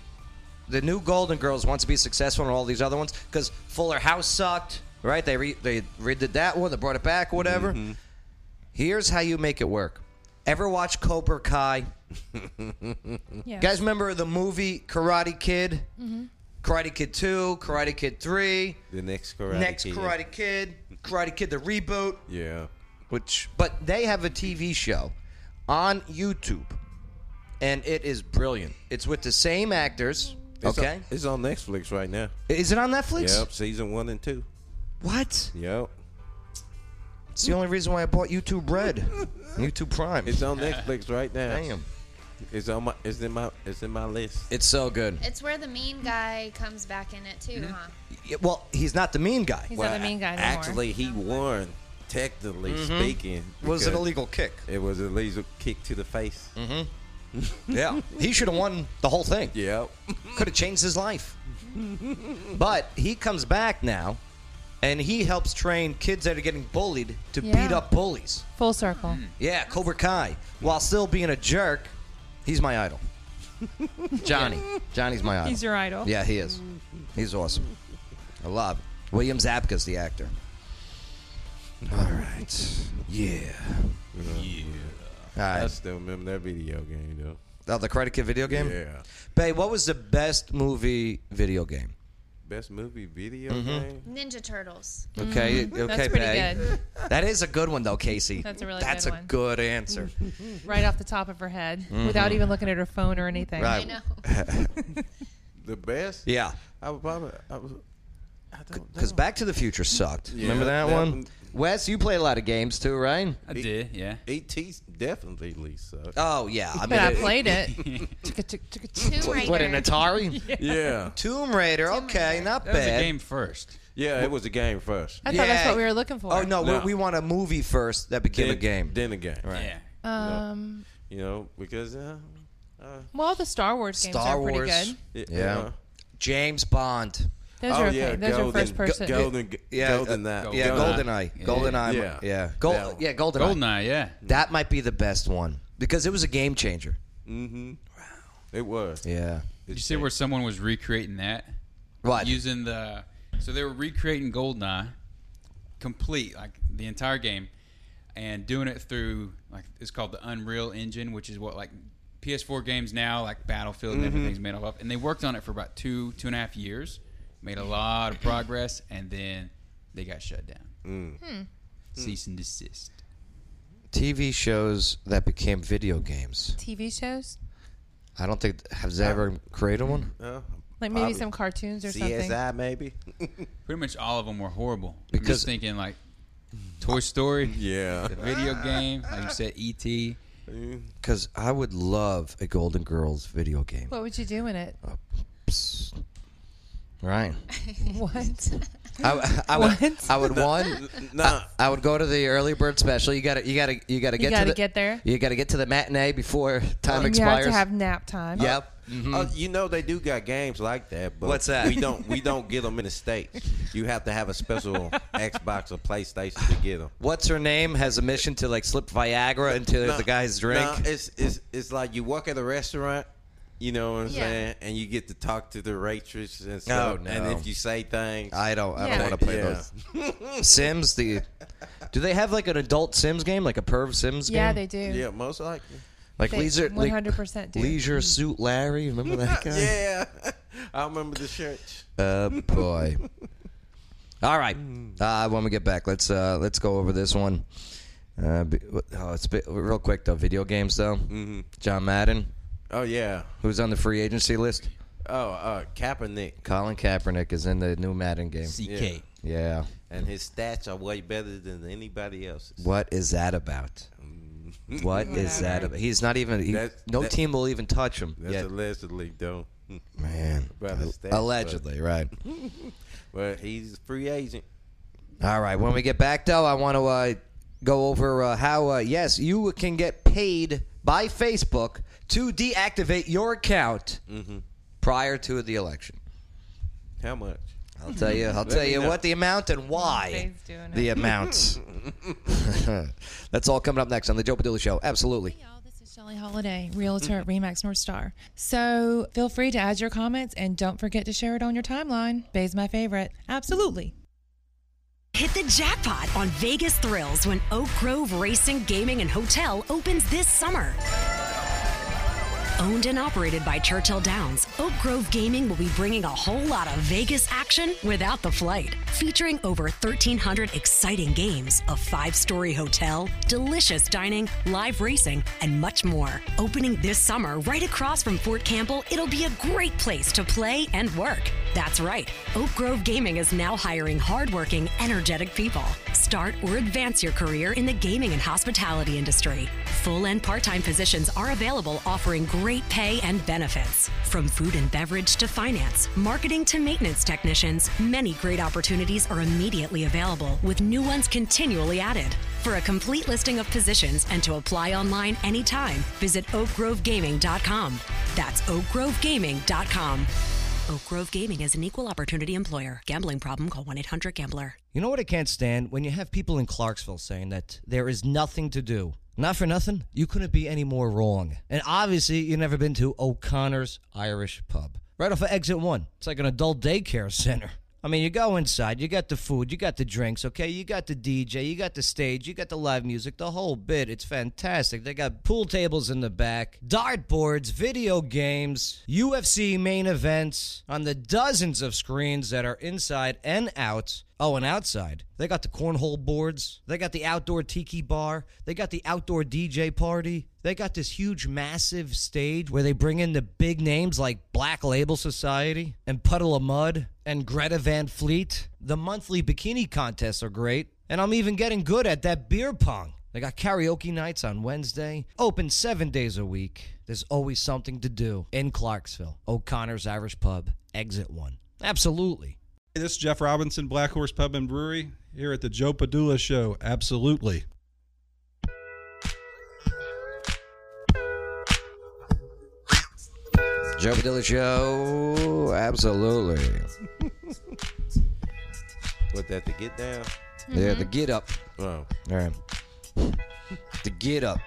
the new Golden Girls wants to be successful and all these other ones, because Fuller House sucked, right? They re, they redid that one, they brought it back, whatever.
Mm-hmm.
Here's how you make it work. Ever watch Cobra Kai?
Yeah.
You guys remember the movie Karate Kid? Karate Kid 2, Karate Kid 3,
The next karate.
next
Kid.
Karate Kid, Karate Kid the reboot,
Yeah.
which but they have a TV show on YouTube, and it is brilliant. It's with the same actors.
It's
okay,
On, it's on Netflix right now.
is it on Netflix?
Yep. Season one and two.
What?
Yep.
It's the only reason why I bought YouTube Red, YouTube Prime.
It's on Netflix right now.
Damn,
It's on my. It's in my. It's in my list.
it's so good.
It's where the mean guy comes back in it
Mm-hmm.
too, huh?
Yeah, Well, he's not the mean guy.
He's not the mean guy anymore.
Actually, he won. Technically speaking,
Mm-hmm. was an
because
illegal Mm-hmm. kick.
It was a laser kick to the face.
Yeah, he should have won the whole thing.
Yep.
could have changed his life. but he comes back now, and he helps train kids that are getting bullied to beat
Yeah.
up bullies.
Full circle.
Yeah, Cobra Kai. While still being a jerk, he's my idol. Johnny. Johnny's my idol.
He's your idol.
Yeah, he is. He's awesome. I love it. William Zabka's the actor. All right. Yeah. Yeah. All
I
right.
still remember that video game though.
Oh, the Karate Kid video game?
Yeah.
Babe, what was the best movie video game?
Best movie video
Mm-hmm.
game.
Ninja Turtles.
Okay, okay,
Mm-hmm. That's pretty
Bay.
good.
That is a good one, though, Casey.
That's a really
That's
good
a
one.
good answer.
Right off the top of her head without even looking at her phone or anything.
Mm-hmm. Right.
I know.
The best.
Yeah,
I would probably. I was. I don't
because
know.
Back to the Future sucked. Remember that,
that
one?
one-
Wes, you play a lot of games too, right?
I did. Yeah.
ET definitely sucked.
Oh yeah, I mean,
But I
it-
played it.
Tomb Raider.
what an Atari,
yeah.
Tomb Raider. Okay, not
That was a
bad.
game first.
Yeah. It was a game first.
I thought that's
Yeah.
what we were looking for.
Oh no,
No.
We, we want a movie first that became a game.
Then a game. Right.
Yeah.
Um,
You know, because uh,
Well, the Star Wars games
Star
are pretty
Wars.
good.
y-
Yeah.
you know.
James Bond.
Those
oh
are okay.
yeah,
Those
golden,
are first person.
Go, golden,
Yeah,
golden
uh,
that.
Yeah,
Goldeneye.
Golden Eye.
Yeah.
Golden Eye.
Yeah.
Yeah, yeah. Gold,
That
yeah, Golden Eye.
Goldeneye, yeah.
That might be the best one because it was a game changer.
It was.
Yeah.
Did you see where someone was recreating that?
What?
Using the so they were recreating Goldeneye, complete like the entire game, and doing it through like it's called the Unreal Engine, which is what like PS4 games now like Battlefield and everything's made up of. And they worked on it for about two two and a half years, made a lot of progress, and then they got shut down. Hmm. Cease and desist.
TV shows that became video games.
TV shows,
I don't think has they ever created one.
like maybe
Probably.
some cartoons or something.
CSI maybe.
Pretty much all of them were horrible. I'm
Because-
just thinking like Toy Story,
Yeah.
the video game, like you said, E E.T.
Because I would love a Golden Girls video game.
What would you do in it?
Psst. Right.
What?
I, I would.
What?
I would one.
Nah. uh,
I would go to the early bird special. You gotta. You gotta. You gotta get.
gotta
to the,
get there.
You gotta get to the matinee before time
you have
expires.
to have nap time.
yep.
Uh, you know they do got games like that, but
What's that?
We don't we don't get them in the states. You have to have a special Xbox or PlayStation to get them.
What's her name has a mission to like slip Viagra into the guy's drink.
it's it's it's like you work at a restaurant, you know what I'm
Yeah.
saying, and you get to talk to the waitress and stuff.
Oh, no.
And if you say things,
I don't. I
Yeah.
don't want to play
Yeah.
those Sims. The do they have like an adult Sims game, like a perv Sims game?
Yeah, they do.
yeah, most likely,
Like
They
leisure, uh, like
100% do.
Leisure Suit Larry. Remember that guy?
yeah. I remember the church.
Uh, boy. All right. Uh, when we get back, let's uh, let's go over this one. Uh, be- oh, it's bi- real quick though. Video games though. Mm-hmm. John Madden,
Oh yeah.
who's on the free agency list.
Oh, uh, Kaepernick
Colin Kaepernick is in the new Madden game.
C.K.
Yeah.
and his stats are way better than anybody else's.
What is that about? What is that about? He's not even. He,
Mm. That's-
no
that-
team will even touch him.
That's
yet.
allegedly though.
Man,
Brother
Al-
Steph,
allegedly, right?
But he's a free agent.
All right. When we get back, though, I want to uh, go over uh, how uh, yes, you can get paid by Facebook to deactivate your account prior to the election.
How much?
I'll tell you. I'll tell
me
you
know.
what the amount and why
He's doing it.
the amount. That's all coming up next on the Joe Padula Show. Absolutely.
Y'all, this is Shelley Holiday, Realtor at Remax North Star. So feel free to add your comments and don't forget to share it on your timeline. Bay's my favorite. Absolutely.
Hit the jackpot on Vegas Thrills when Oak Grove Racing, Gaming, and Hotel opens this summer. Owned and operated by Churchill Downs, Oak Grove Gaming will be bringing a whole lot of Vegas action without the flight. Featuring over 1,300 exciting games, a five story hotel, delicious dining, live racing, and much more. Opening this summer right across from Fort Campbell, it'll be a great place to play and work. That's right. Oak Grove Gaming is now hiring hardworking, energetic people. Start or advance your career in the gaming and hospitality industry. Full and part time positions are available, offering great pay and benefits. From food and beverage to finance, marketing to maintenance technicians, many great opportunities are immediately available, with new ones continually added. For a complete listing of positions and to apply online anytime, visit oakgrovegaming.com. That's oakgrovegaming.com. Oak Grove Gaming is an equal opportunity employer. Gambling problem? Call 1 800 Gambler.
You know what I can't stand? When you have people in Clarksville saying that there is nothing to do. Not for nothing, you couldn't be any more wrong. And obviously, you've never been to O'Connor's Irish Pub. Right off of exit one. It's like an adult daycare center. I mean, you go inside, you got the food, you got the drinks, okay? You got the DJ, you got the stage, you got the live music, the whole bit. It's fantastic. They got pool tables in the back, dartboards, video games, UFC main events on the dozens of screens that are inside and out. Oh, and outside. They got the cornhole boards. They got the outdoor tiki bar. They got the outdoor DJ party. They got this huge, massive stage where they bring in the big names like Black Label Society and Puddle of Mud and Greta Van Fleet. The monthly bikini contests are great. And I'm even getting good at that beer pong. They got karaoke nights on Wednesday, open seven days a week. There's always something to do in Clarksville. O'Connor's Irish Pub, exit one. Absolutely.
Hey, this is Jeff Robinson, Black Horse Pub and Brewery, here at the Joe Padula Show. Absolutely.
Joe Padilla Show. Absolutely.
With that, to get down.
Yeah, the get up.
Oh.
All right. The get up.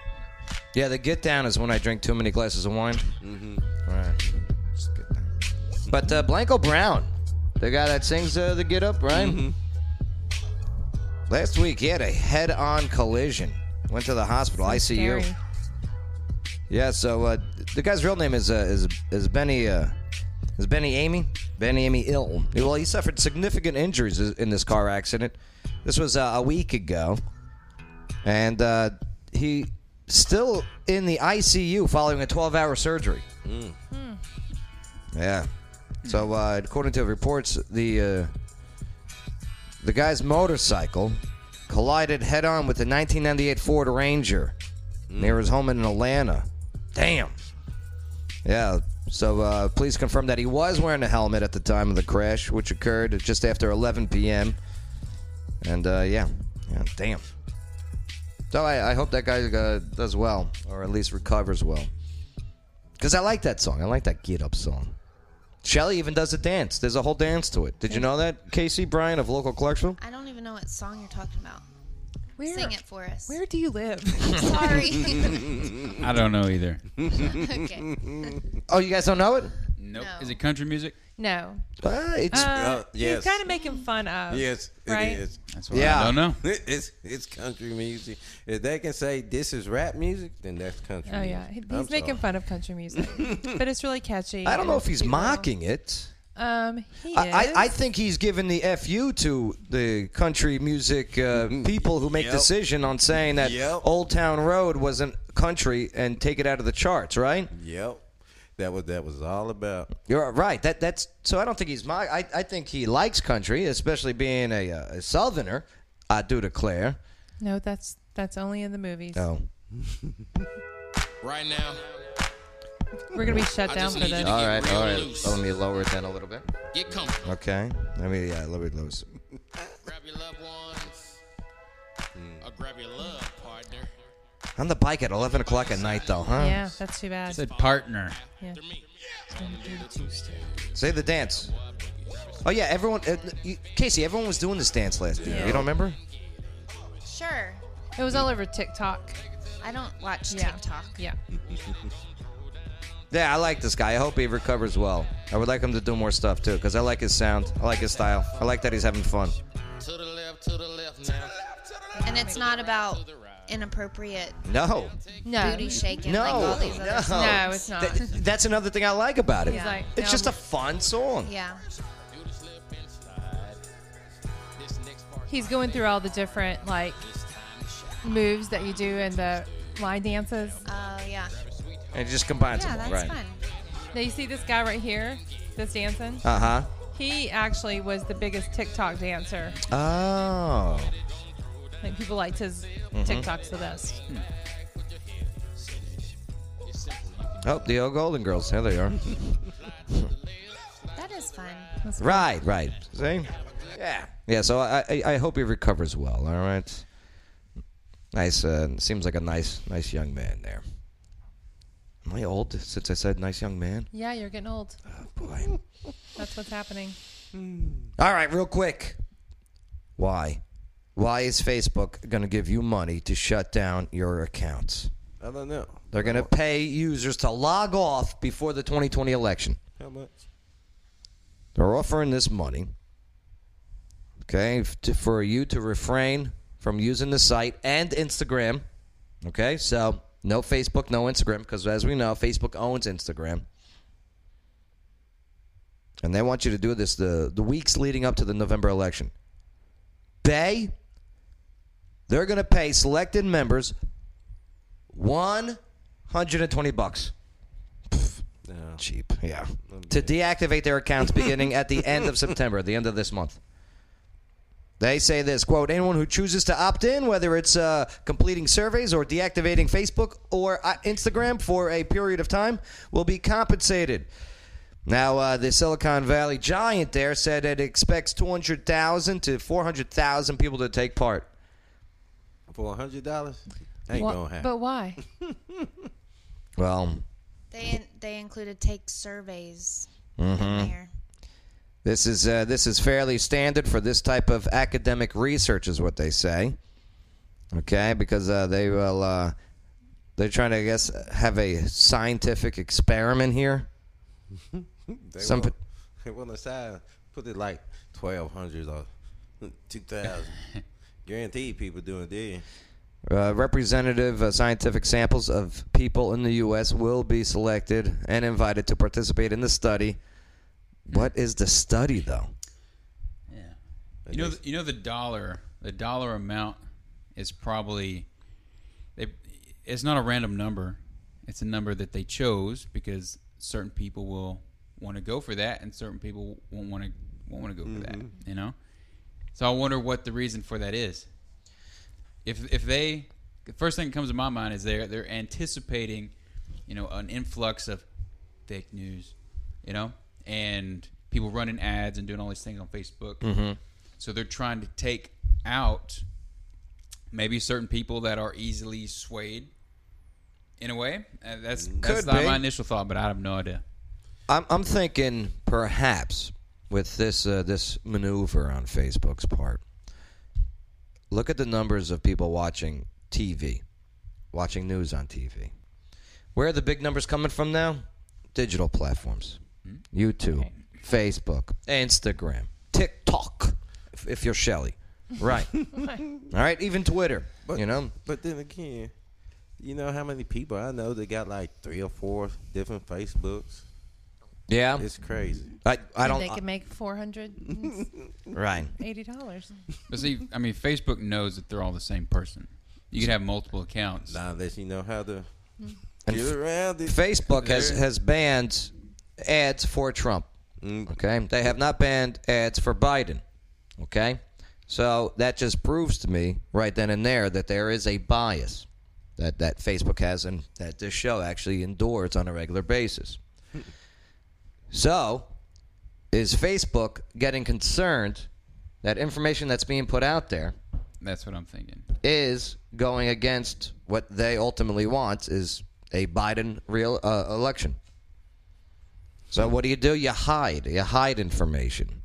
Yeah, the get down is when I drink too many glasses of wine.
Mm-hmm.
All right. Just get down. But uh, Blanco Brown, the guy that sings uh, the get up, right? Last week, he had a head on collision. Went to the hospital, ICU.
Scary.
Yeah, so uh, the guy's real name is uh, is is Benny uh, is Benny Amy Benny Amy Ill. Well, he suffered significant injuries in this car accident. This was uh, a week ago, and uh, he still in the ICU following a 12-hour surgery. Yeah. So uh, according to reports, the uh, the guy's motorcycle collided head-on with the 1998 Ford Ranger near his home in Atlanta. Damn. Yeah. So uh, police confirmed that he was wearing a helmet at the time of the crash, which occurred just after 11 p.m. And uh, yeah, yeah, damn. So I, I hope that guy uh, does well, or at least recovers well. Because I like that song. I like that Get Up song. Shelly even does a dance. There's a whole dance to it. Did you know that, Casey Bryan of local Clarksville?
I don't even know what song you're talking about. Sing it for us.
Where do you live?
Sorry.
I don't know either.
okay.
Oh, you guys don't know it?
Nope. Is it country music?
no.
Uh, it's
Uh, yes.
He's kind of making fun of.
Yes,
right?
it is.
That's what
Yeah.
I don't
Oh.
know.
It's it's country music. If they can say this is rap music, then that's country.
Oh yeah, He-
music. I'm
he's making
sorry.
fun of country music, but it's really catchy.
I don't know if he's
People-
mocking it.
Um, he
I, I,
is.
I think he's giving the fu to the country music uh, people who make
Yep.
decision on saying that
Yep.
Old Town Road wasn't country and take it out of the charts, right?
Yep, that was that was all about.
You're right. That that's so. I don't think he's my. I, I think he likes country, especially being a, uh, a southerner. I do declare.
no, that's that's only in the movies.
Oh,
Right now,
We're gonna be shut
I
down
just
for
need you
this.
to-
all right,
real
all right.
loose.
So let me lower it down a little bit.
get comfortable.
Okay. Let me yeah, lower it loose.
Grab your loved ones, or grab your love partner.
On the bike at eleven o'clock at night, though, huh?
Yeah, that's too
I
bad.
said partner.
Yeah.
Say the dance. Oh yeah, everyone. Uh, you, Casey, everyone was doing this dance last year. You don't remember?
Sure.
It was all over TikTok.
I don't watch
Yeah.
TikTok.
Yeah.
Yeah, I like this guy. I hope he recovers well. I would like him to do more stuff too, because I like his sound. I like his style. I like that he's having fun.
To the left, to the left now.
And it's not about inappropriate
No,
No.
booty shaking
no,
like all these other
no.
songs.
No, it's not.
Th- that's another thing I like about it.
He's like,
it's
no,
just a
I'm-
fun song.
Yeah.
Do the slip and slide. This next part.
He's going through all the different like moves that you do in the line dances.
Oh, yeah.
And it just combines
Yeah,
them all,
that's
right?
fun.
Now you see this guy right here that's dancing.
Uh huh.
He actually was the biggest TikTok dancer.
Oh,
Like people liked his TikToks the best.
oh, the old Golden Girls. There they are.
That is fun.
right, right. See? Yeah. Yeah. So I, I, I hope he recovers well. All right. Nice. Uh, seems like a nice, nice young man there. Am I old since I said nice young man?
Yeah, you're getting old.
Oh boy.
That's what's happening.
All right, real quick. Why? Why is Facebook going to give you money to shut down your accounts?
I don't know.
They're going to pay users to log off before the 2020 election.
How much?
They're offering this money, okay, f- to, for you to refrain from using the site and Instagram. Okay, so no Facebook, no Instagram, because as we know, Facebook owns Instagram. And they want you to do this the, the weeks leading up to the November election. They, they're going to pay selected members 120 bucks.
No.
Cheap, yeah. To deactivate their accounts beginning at the end of September, the end of this month. They say this quote: Anyone who chooses to opt in, whether it's uh, completing surveys or deactivating Facebook or uh, Instagram for a period of time, will be compensated. Now, uh, the Silicon Valley giant there said it expects 200,000 to 400,000 people to take part.
For a hundred dollars, ain't
Wha-
gonna happen.
But why?
Well,
They they included take surveys.
Mm-hmm. This is uh, this is fairly standard for this type of academic research, is what they say. Okay, because uh, they will uh, they're trying to, I guess, have a scientific experiment here.
They
Some
will,
pe-
they will decide, put it like 1200 or 2000 guaranteed people doing it
Uh, representative uh, scientific samples of people in the U.S. will be selected and invited to participate in the study. What is the study, though?
You know, you know the dollar, the dollar amount is probably they, it's not a random number. It's a number that they chose because certain people will want to go for that, and certain people won't want to won't want to go for
Mhm.
that. You know, so I wonder what the reason for that is. If if they, the first thing that comes to my mind is they're they're anticipating, you know, an influx of fake news, you know, and people running ads and doing all these things on Facebook.
Mhm.
So they're trying to take out maybe certain people that are easily swayed. In a way, Uh, that's that's
Could
not
be.
my initial thought, but I have no idea.
I'm, I'm thinking perhaps with this uh, this maneuver on Facebook's part. Look at the numbers of people watching TV, watching news on TV. Where are the big numbers coming from now? Digital platforms, YouTube, Facebook, Instagram, TikTok. If, if you're Shelly, right? All right, even Twitter. you know,
but then again you know how many people i know that got like three or four different facebooks
yeah
it's crazy
i, uh,
And They can make four hundred
Right.
eighty dollars.
But see, I mean, Facebook knows that they're all the same person. You could have multiple accounts.
Not unless you know how to
Mm.
And
get
f-
around it.
Facebook has,
There-
has banned ads for Trump. Okay. They have not banned ads for Biden. Okay. So that just proves to me right then and there that there is a bias that, that Facebook has and that this show actually endures on a regular basis. So is Facebook getting concerned that information that's being put out there
That's what I'm thinking.
is going against what they ultimately want is a Biden real uh, election. So what do you do? You hide. You hide information.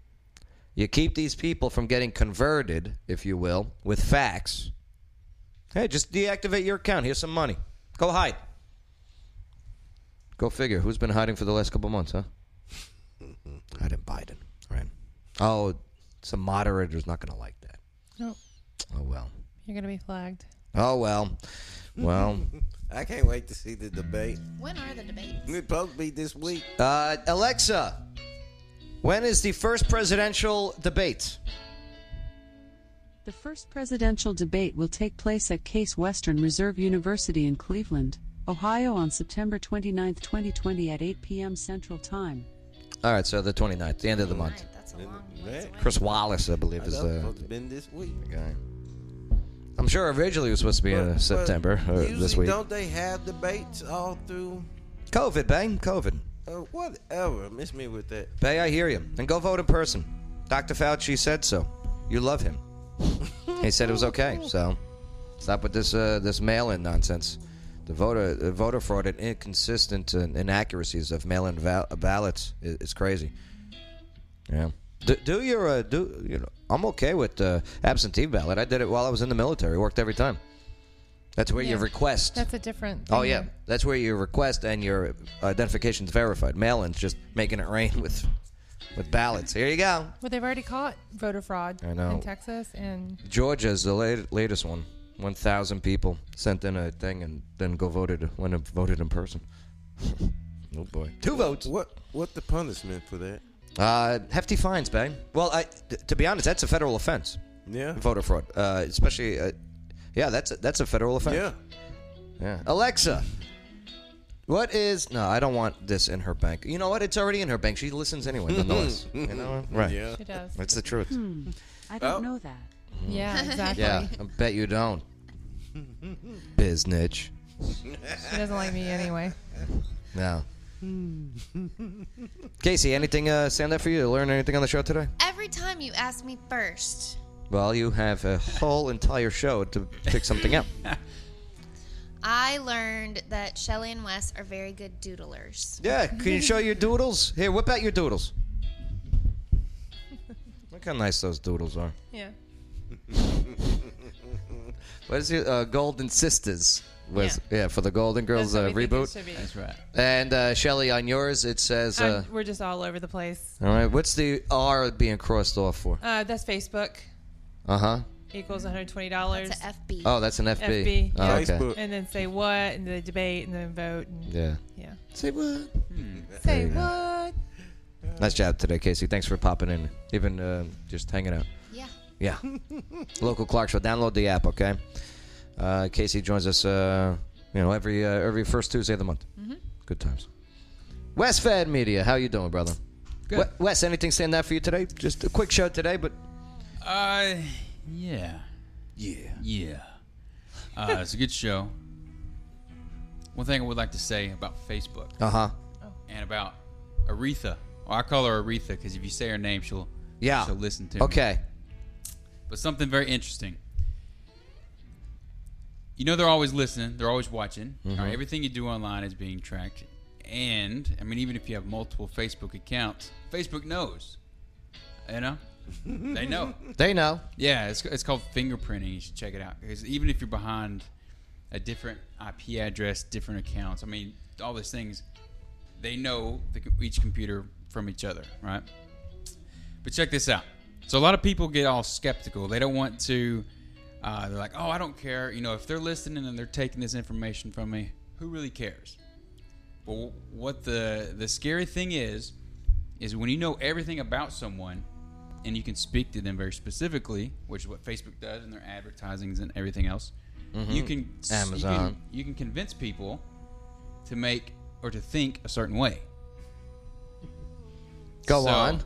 You keep these people from getting converted, if you will, with facts. Hey, just deactivate your account. Here's some money. Go hide. Go figure. Who's been hiding for the last couple months, huh? Hiding Biden. Right. Oh, some moderator's not going to like that.
No,
Oh, well.
you're gonna be flagged.
Oh well, well.
i can't wait to see the debate
When are the debates?
it's supposed to be this week
Uh, Alexa, when is the first presidential debate?
The first presidential debate will take place at Case Western Reserve University in Cleveland, Ohio on September 29, 2020 at 8 p.m. Central Time.
All right, so the 29th, the end of the month. Chris Wallace, I believe, is
I thought it
the,
was been this week
the guy. I'm sure originally it was supposed to be in
But-
September
but
or
usually
this week.
don't they have debates all through
COVID, bang, COVID.
uh, whatever miss me with that
Bay, I hear you. And go vote in person. Dr. Fauci said so. You love him. he said it was okay. So stop with this uh, this mail-in nonsense. The voter the voter fraud and inconsistent and inaccuracies of mail-in val- ballots is, is crazy. Yeah. Do, do your uh, do you know? I'm okay with uh, absentee ballot. I did it while I was in the military. It worked every time. That's where you
Yeah.
request.
That's a different.
Oh
thing.
yeah, that's where your request and your identification's verified. Mail-in's just making it rain with with ballots. Here you go.
Well, they've already caught voter fraud
I know.
in Texas, and
Georgia's the late, latest one. One thousand people sent in a thing and then go voted went and voted in person. oh boy, two votes.
What what the punishment for that?
Uh, hefty fines, babe. Well, I t- to be honest, that's a federal offense.
Yeah.
Voter fraud, uh, especially. Uh, yeah, that's a, that's a federal offense.
Yeah.
Yeah. Alexa, what is? No, I don't want this in her bank. You know what? It's already in her bank. She listens anyway, nonetheless. you know, what? right?
Yeah. She
does.
That's the truth.
Hmm, I don't
Oh.
know that.
yeah, exactly.
Yeah, I bet you don't. Biznitch.
She doesn't like me anyway.
No. Casey, anything uh, stand up for you? Learn anything on the show today?
Every time you ask me first,
Well, you have a whole entire show to pick something up.
I learned that Shelly and Wes are very good doodlers.
Yeah, can you show your doodles? Here, whip out your doodles. Look how nice those doodles are.
Yeah.
What is it? Uh, Golden Sisters was yeah. for the Golden Girls
That's
uh,
what we think it
reboot.
should be. That's right.
And uh, Shelly, on yours it says.
I'm-
Uh,
we're just all over the place.
all right, what's the R being crossed off for?
Uh, that's Facebook
Uh huh.
equals $120. That's
FB.
Oh, that's an FB.
FB.
Oh,
yeah.
okay. Facebook.
And then say what, and the debate, and then vote. And
Yeah.
Yeah.
Say what?
Say what?
Nice job today, Casey. Thanks for popping in, even uh, just hanging out.
Yeah.
Yeah. Local Clarksville. Download the app, okay? Uh, Casey joins us, uh, you know, every uh, every first Tuesday of the month.
Mhm.
Good times. West Fad Media, how you doing, brother? Good. Wes, anything stand out for you today? Just a quick show today, but
Uh, yeah.
Yeah.
Yeah. Uh, it's a good show. One thing I would like to say about Facebook.
Uh-huh.
And about Aretha. Well, I call her Aretha because if you say her name, she'll
Yeah.
she'll listen to me.
okay.
But something very interesting. You know they're always listening. They're always watching. All right,
Mhm.
everything you do online is being tracked. And I mean, even if you have multiple Facebook accounts, Facebook knows. You know, they know.
They know.
Yeah, it's, it's called fingerprinting. You should check it out. 'Cause even if you're behind a different IP address, different accounts, I mean, all these things, they know the, co- each computer from each other, right? But check this out. So a lot of people get all skeptical. They don't want to. Uh, they're like, oh, I don't care. You know, if they're listening and they're taking this information from me, who really cares? Well, what the the scary thing is, is when you know everything about someone, and you can speak to them very specifically, which is what Facebook does in their advertisings and everything else.
Mhm.
You can s- you can-
Amazon.
you can convince people to make or to think a certain way.
Go
So-
on.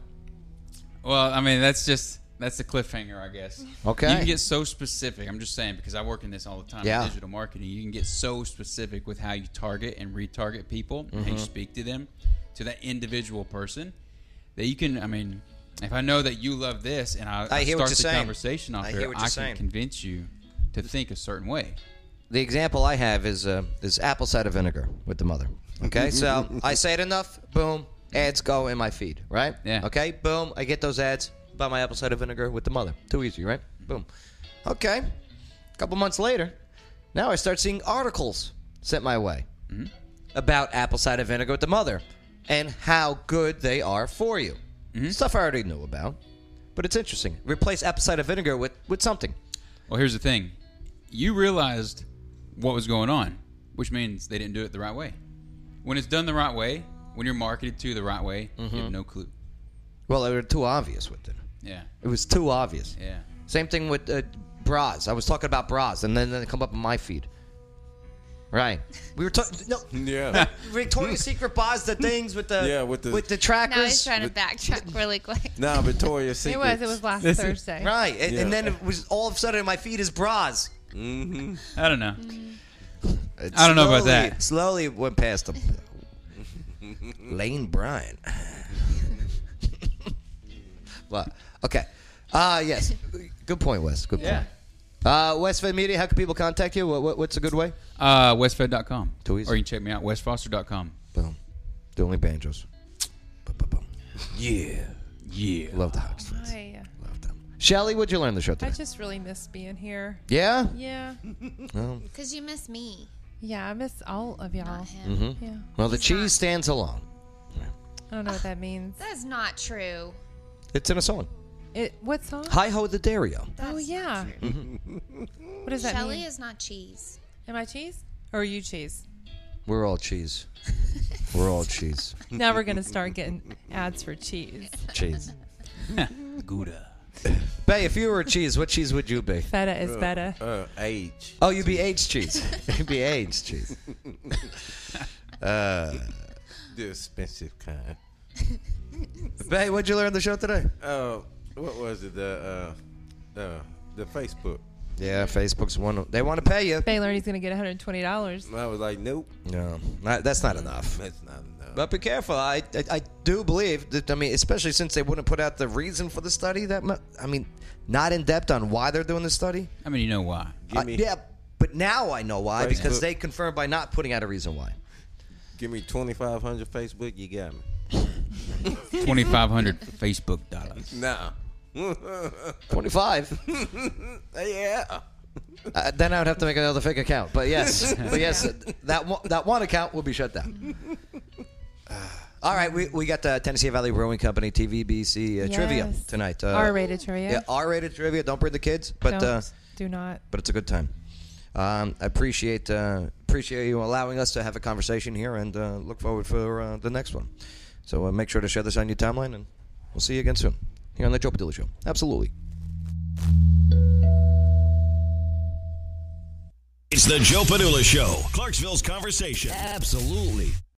Well, I mean, that's just that's the cliffhanger, I guess.
Okay.
You can get so specific. I'm just saying because I work in this all the time.
Yeah.
in Digital marketing. You can get so specific with how you target and retarget people, and how you
Mm-hmm.
Mhm.
speak to them, to that individual person, that you can. I mean, if I know that you love this, and I,
I hear what you're
start the
saying.
conversation off
I
here,
hear what
I
you're
can
saying.
convince you to think a certain way.
The example I have is uh, is apple cider vinegar with the mother. Okay, so I say it enough, boom, ads go in my feed, right? Yeah. Okay, boom, I get those ads, buy my apple cider vinegar with the mother. Too easy, right? Boom. Okay, a couple months later, now I start seeing articles sent my way about apple cider vinegar with the mother and how good they are for you. Stuff I already knew about, but it's interesting. Replace apple cider vinegar with, with something.
Well, here's the thing. You realized what was going on, which means they didn't do it the right way. When it's done the right way, when you're marketed to the right way, you have no clue.
Well, they were too obvious with it.
Yeah.
It was too obvious.
Yeah.
Same thing with uh, bras. I was talking about bras, and then, then they come up on my feed. Right. We were talking. No.
Yeah.
Victoria's Secret bras, the things with the
Yeah, with the-
with the
Now he's
trackers.
trying to backtrack really quick.
Nah, Victoria's
It
Secret.
was- it was last This is- Thursday.
Right, and, and
Yeah.
then it was all of a sudden my feed is bras.
Mm-hmm.
I don't know. I don't know about that.
Slowly it went past them. Lane Bryant. but okay. Uh yes. Good point, Wes. Good
Yeah.
point. Uh, Westfed Media, how can people contact you? What, what, what's a good way?
Uh, westfed.com.
Too easy.
Or you can check me out, westfoster.com.
Boom. The only banjos. Yeah. Yeah. Love the Hawks.
I, uh,
Shelly, what'd you learn the show
I
today?
just really miss being here.
Yeah?
Yeah.
Well.
Because you miss me.
Yeah, I miss all of y'all.
Mm-hmm.
Yeah.
Well, the cheese stands alone.
I don't know what that means.
That's not
Oh,
true.
It's in a song.
It what song?
Hi ho the Dario.
oh yeah. What does that
Shelly
mean?
is not cheese.
Am I cheese? Or are you cheese?
We're all cheese. We're all cheese.
Now we're gonna start getting ads for cheese.
cheese. Gouda. Bay, if you were a cheese, what cheese would you be?
Feta is feta.
Uh, age.
Oh, you'd be aged cheese. you'd be aged cheese. Uh,
The expensive kind.
Bay, what'd you learn on the show today?
Uh, what was it? The uh, uh, the Facebook.
Yeah, Facebook's one. They want to pay you.
Baylor he's gonna get $120.
I was like, nope.
No, not, that's not enough.
That's not enough.
But be careful. I, I I do believe that. I mean, especially since they wouldn't put out the reason for the study that much. I mean, not in depth on why they're doing the study.
I mean, you know why.
Uh, yeah, But now I know why because
Facebook.
they confirmed by not putting out a reason why.
Give me twenty five hundred Facebook. You got me.
2,500 Facebook dollars.
No.
Twenty five.
yeah.
Uh, then I would have to make another fake account. But yes, but yes, uh, that one, that one account will be shut down. All right, we, we got the Tennessee Valley Brewing Company TVBC uh, trivia
Yes.
tonight. Uh,
R-rated trivia.
Yeah, R-rated trivia. Don't bring the kids, but uh,
Don't. do not.
but it's a good time. Um, I appreciate uh, appreciate you allowing us to have a conversation here, and uh, look forward for uh, the next one. So uh, make sure to share this on your timeline, and we'll see you again soon here on the Joe Padilla Show. Absolutely.
It's the Joe Padula Show. Clarksville's conversation.
Absolutely.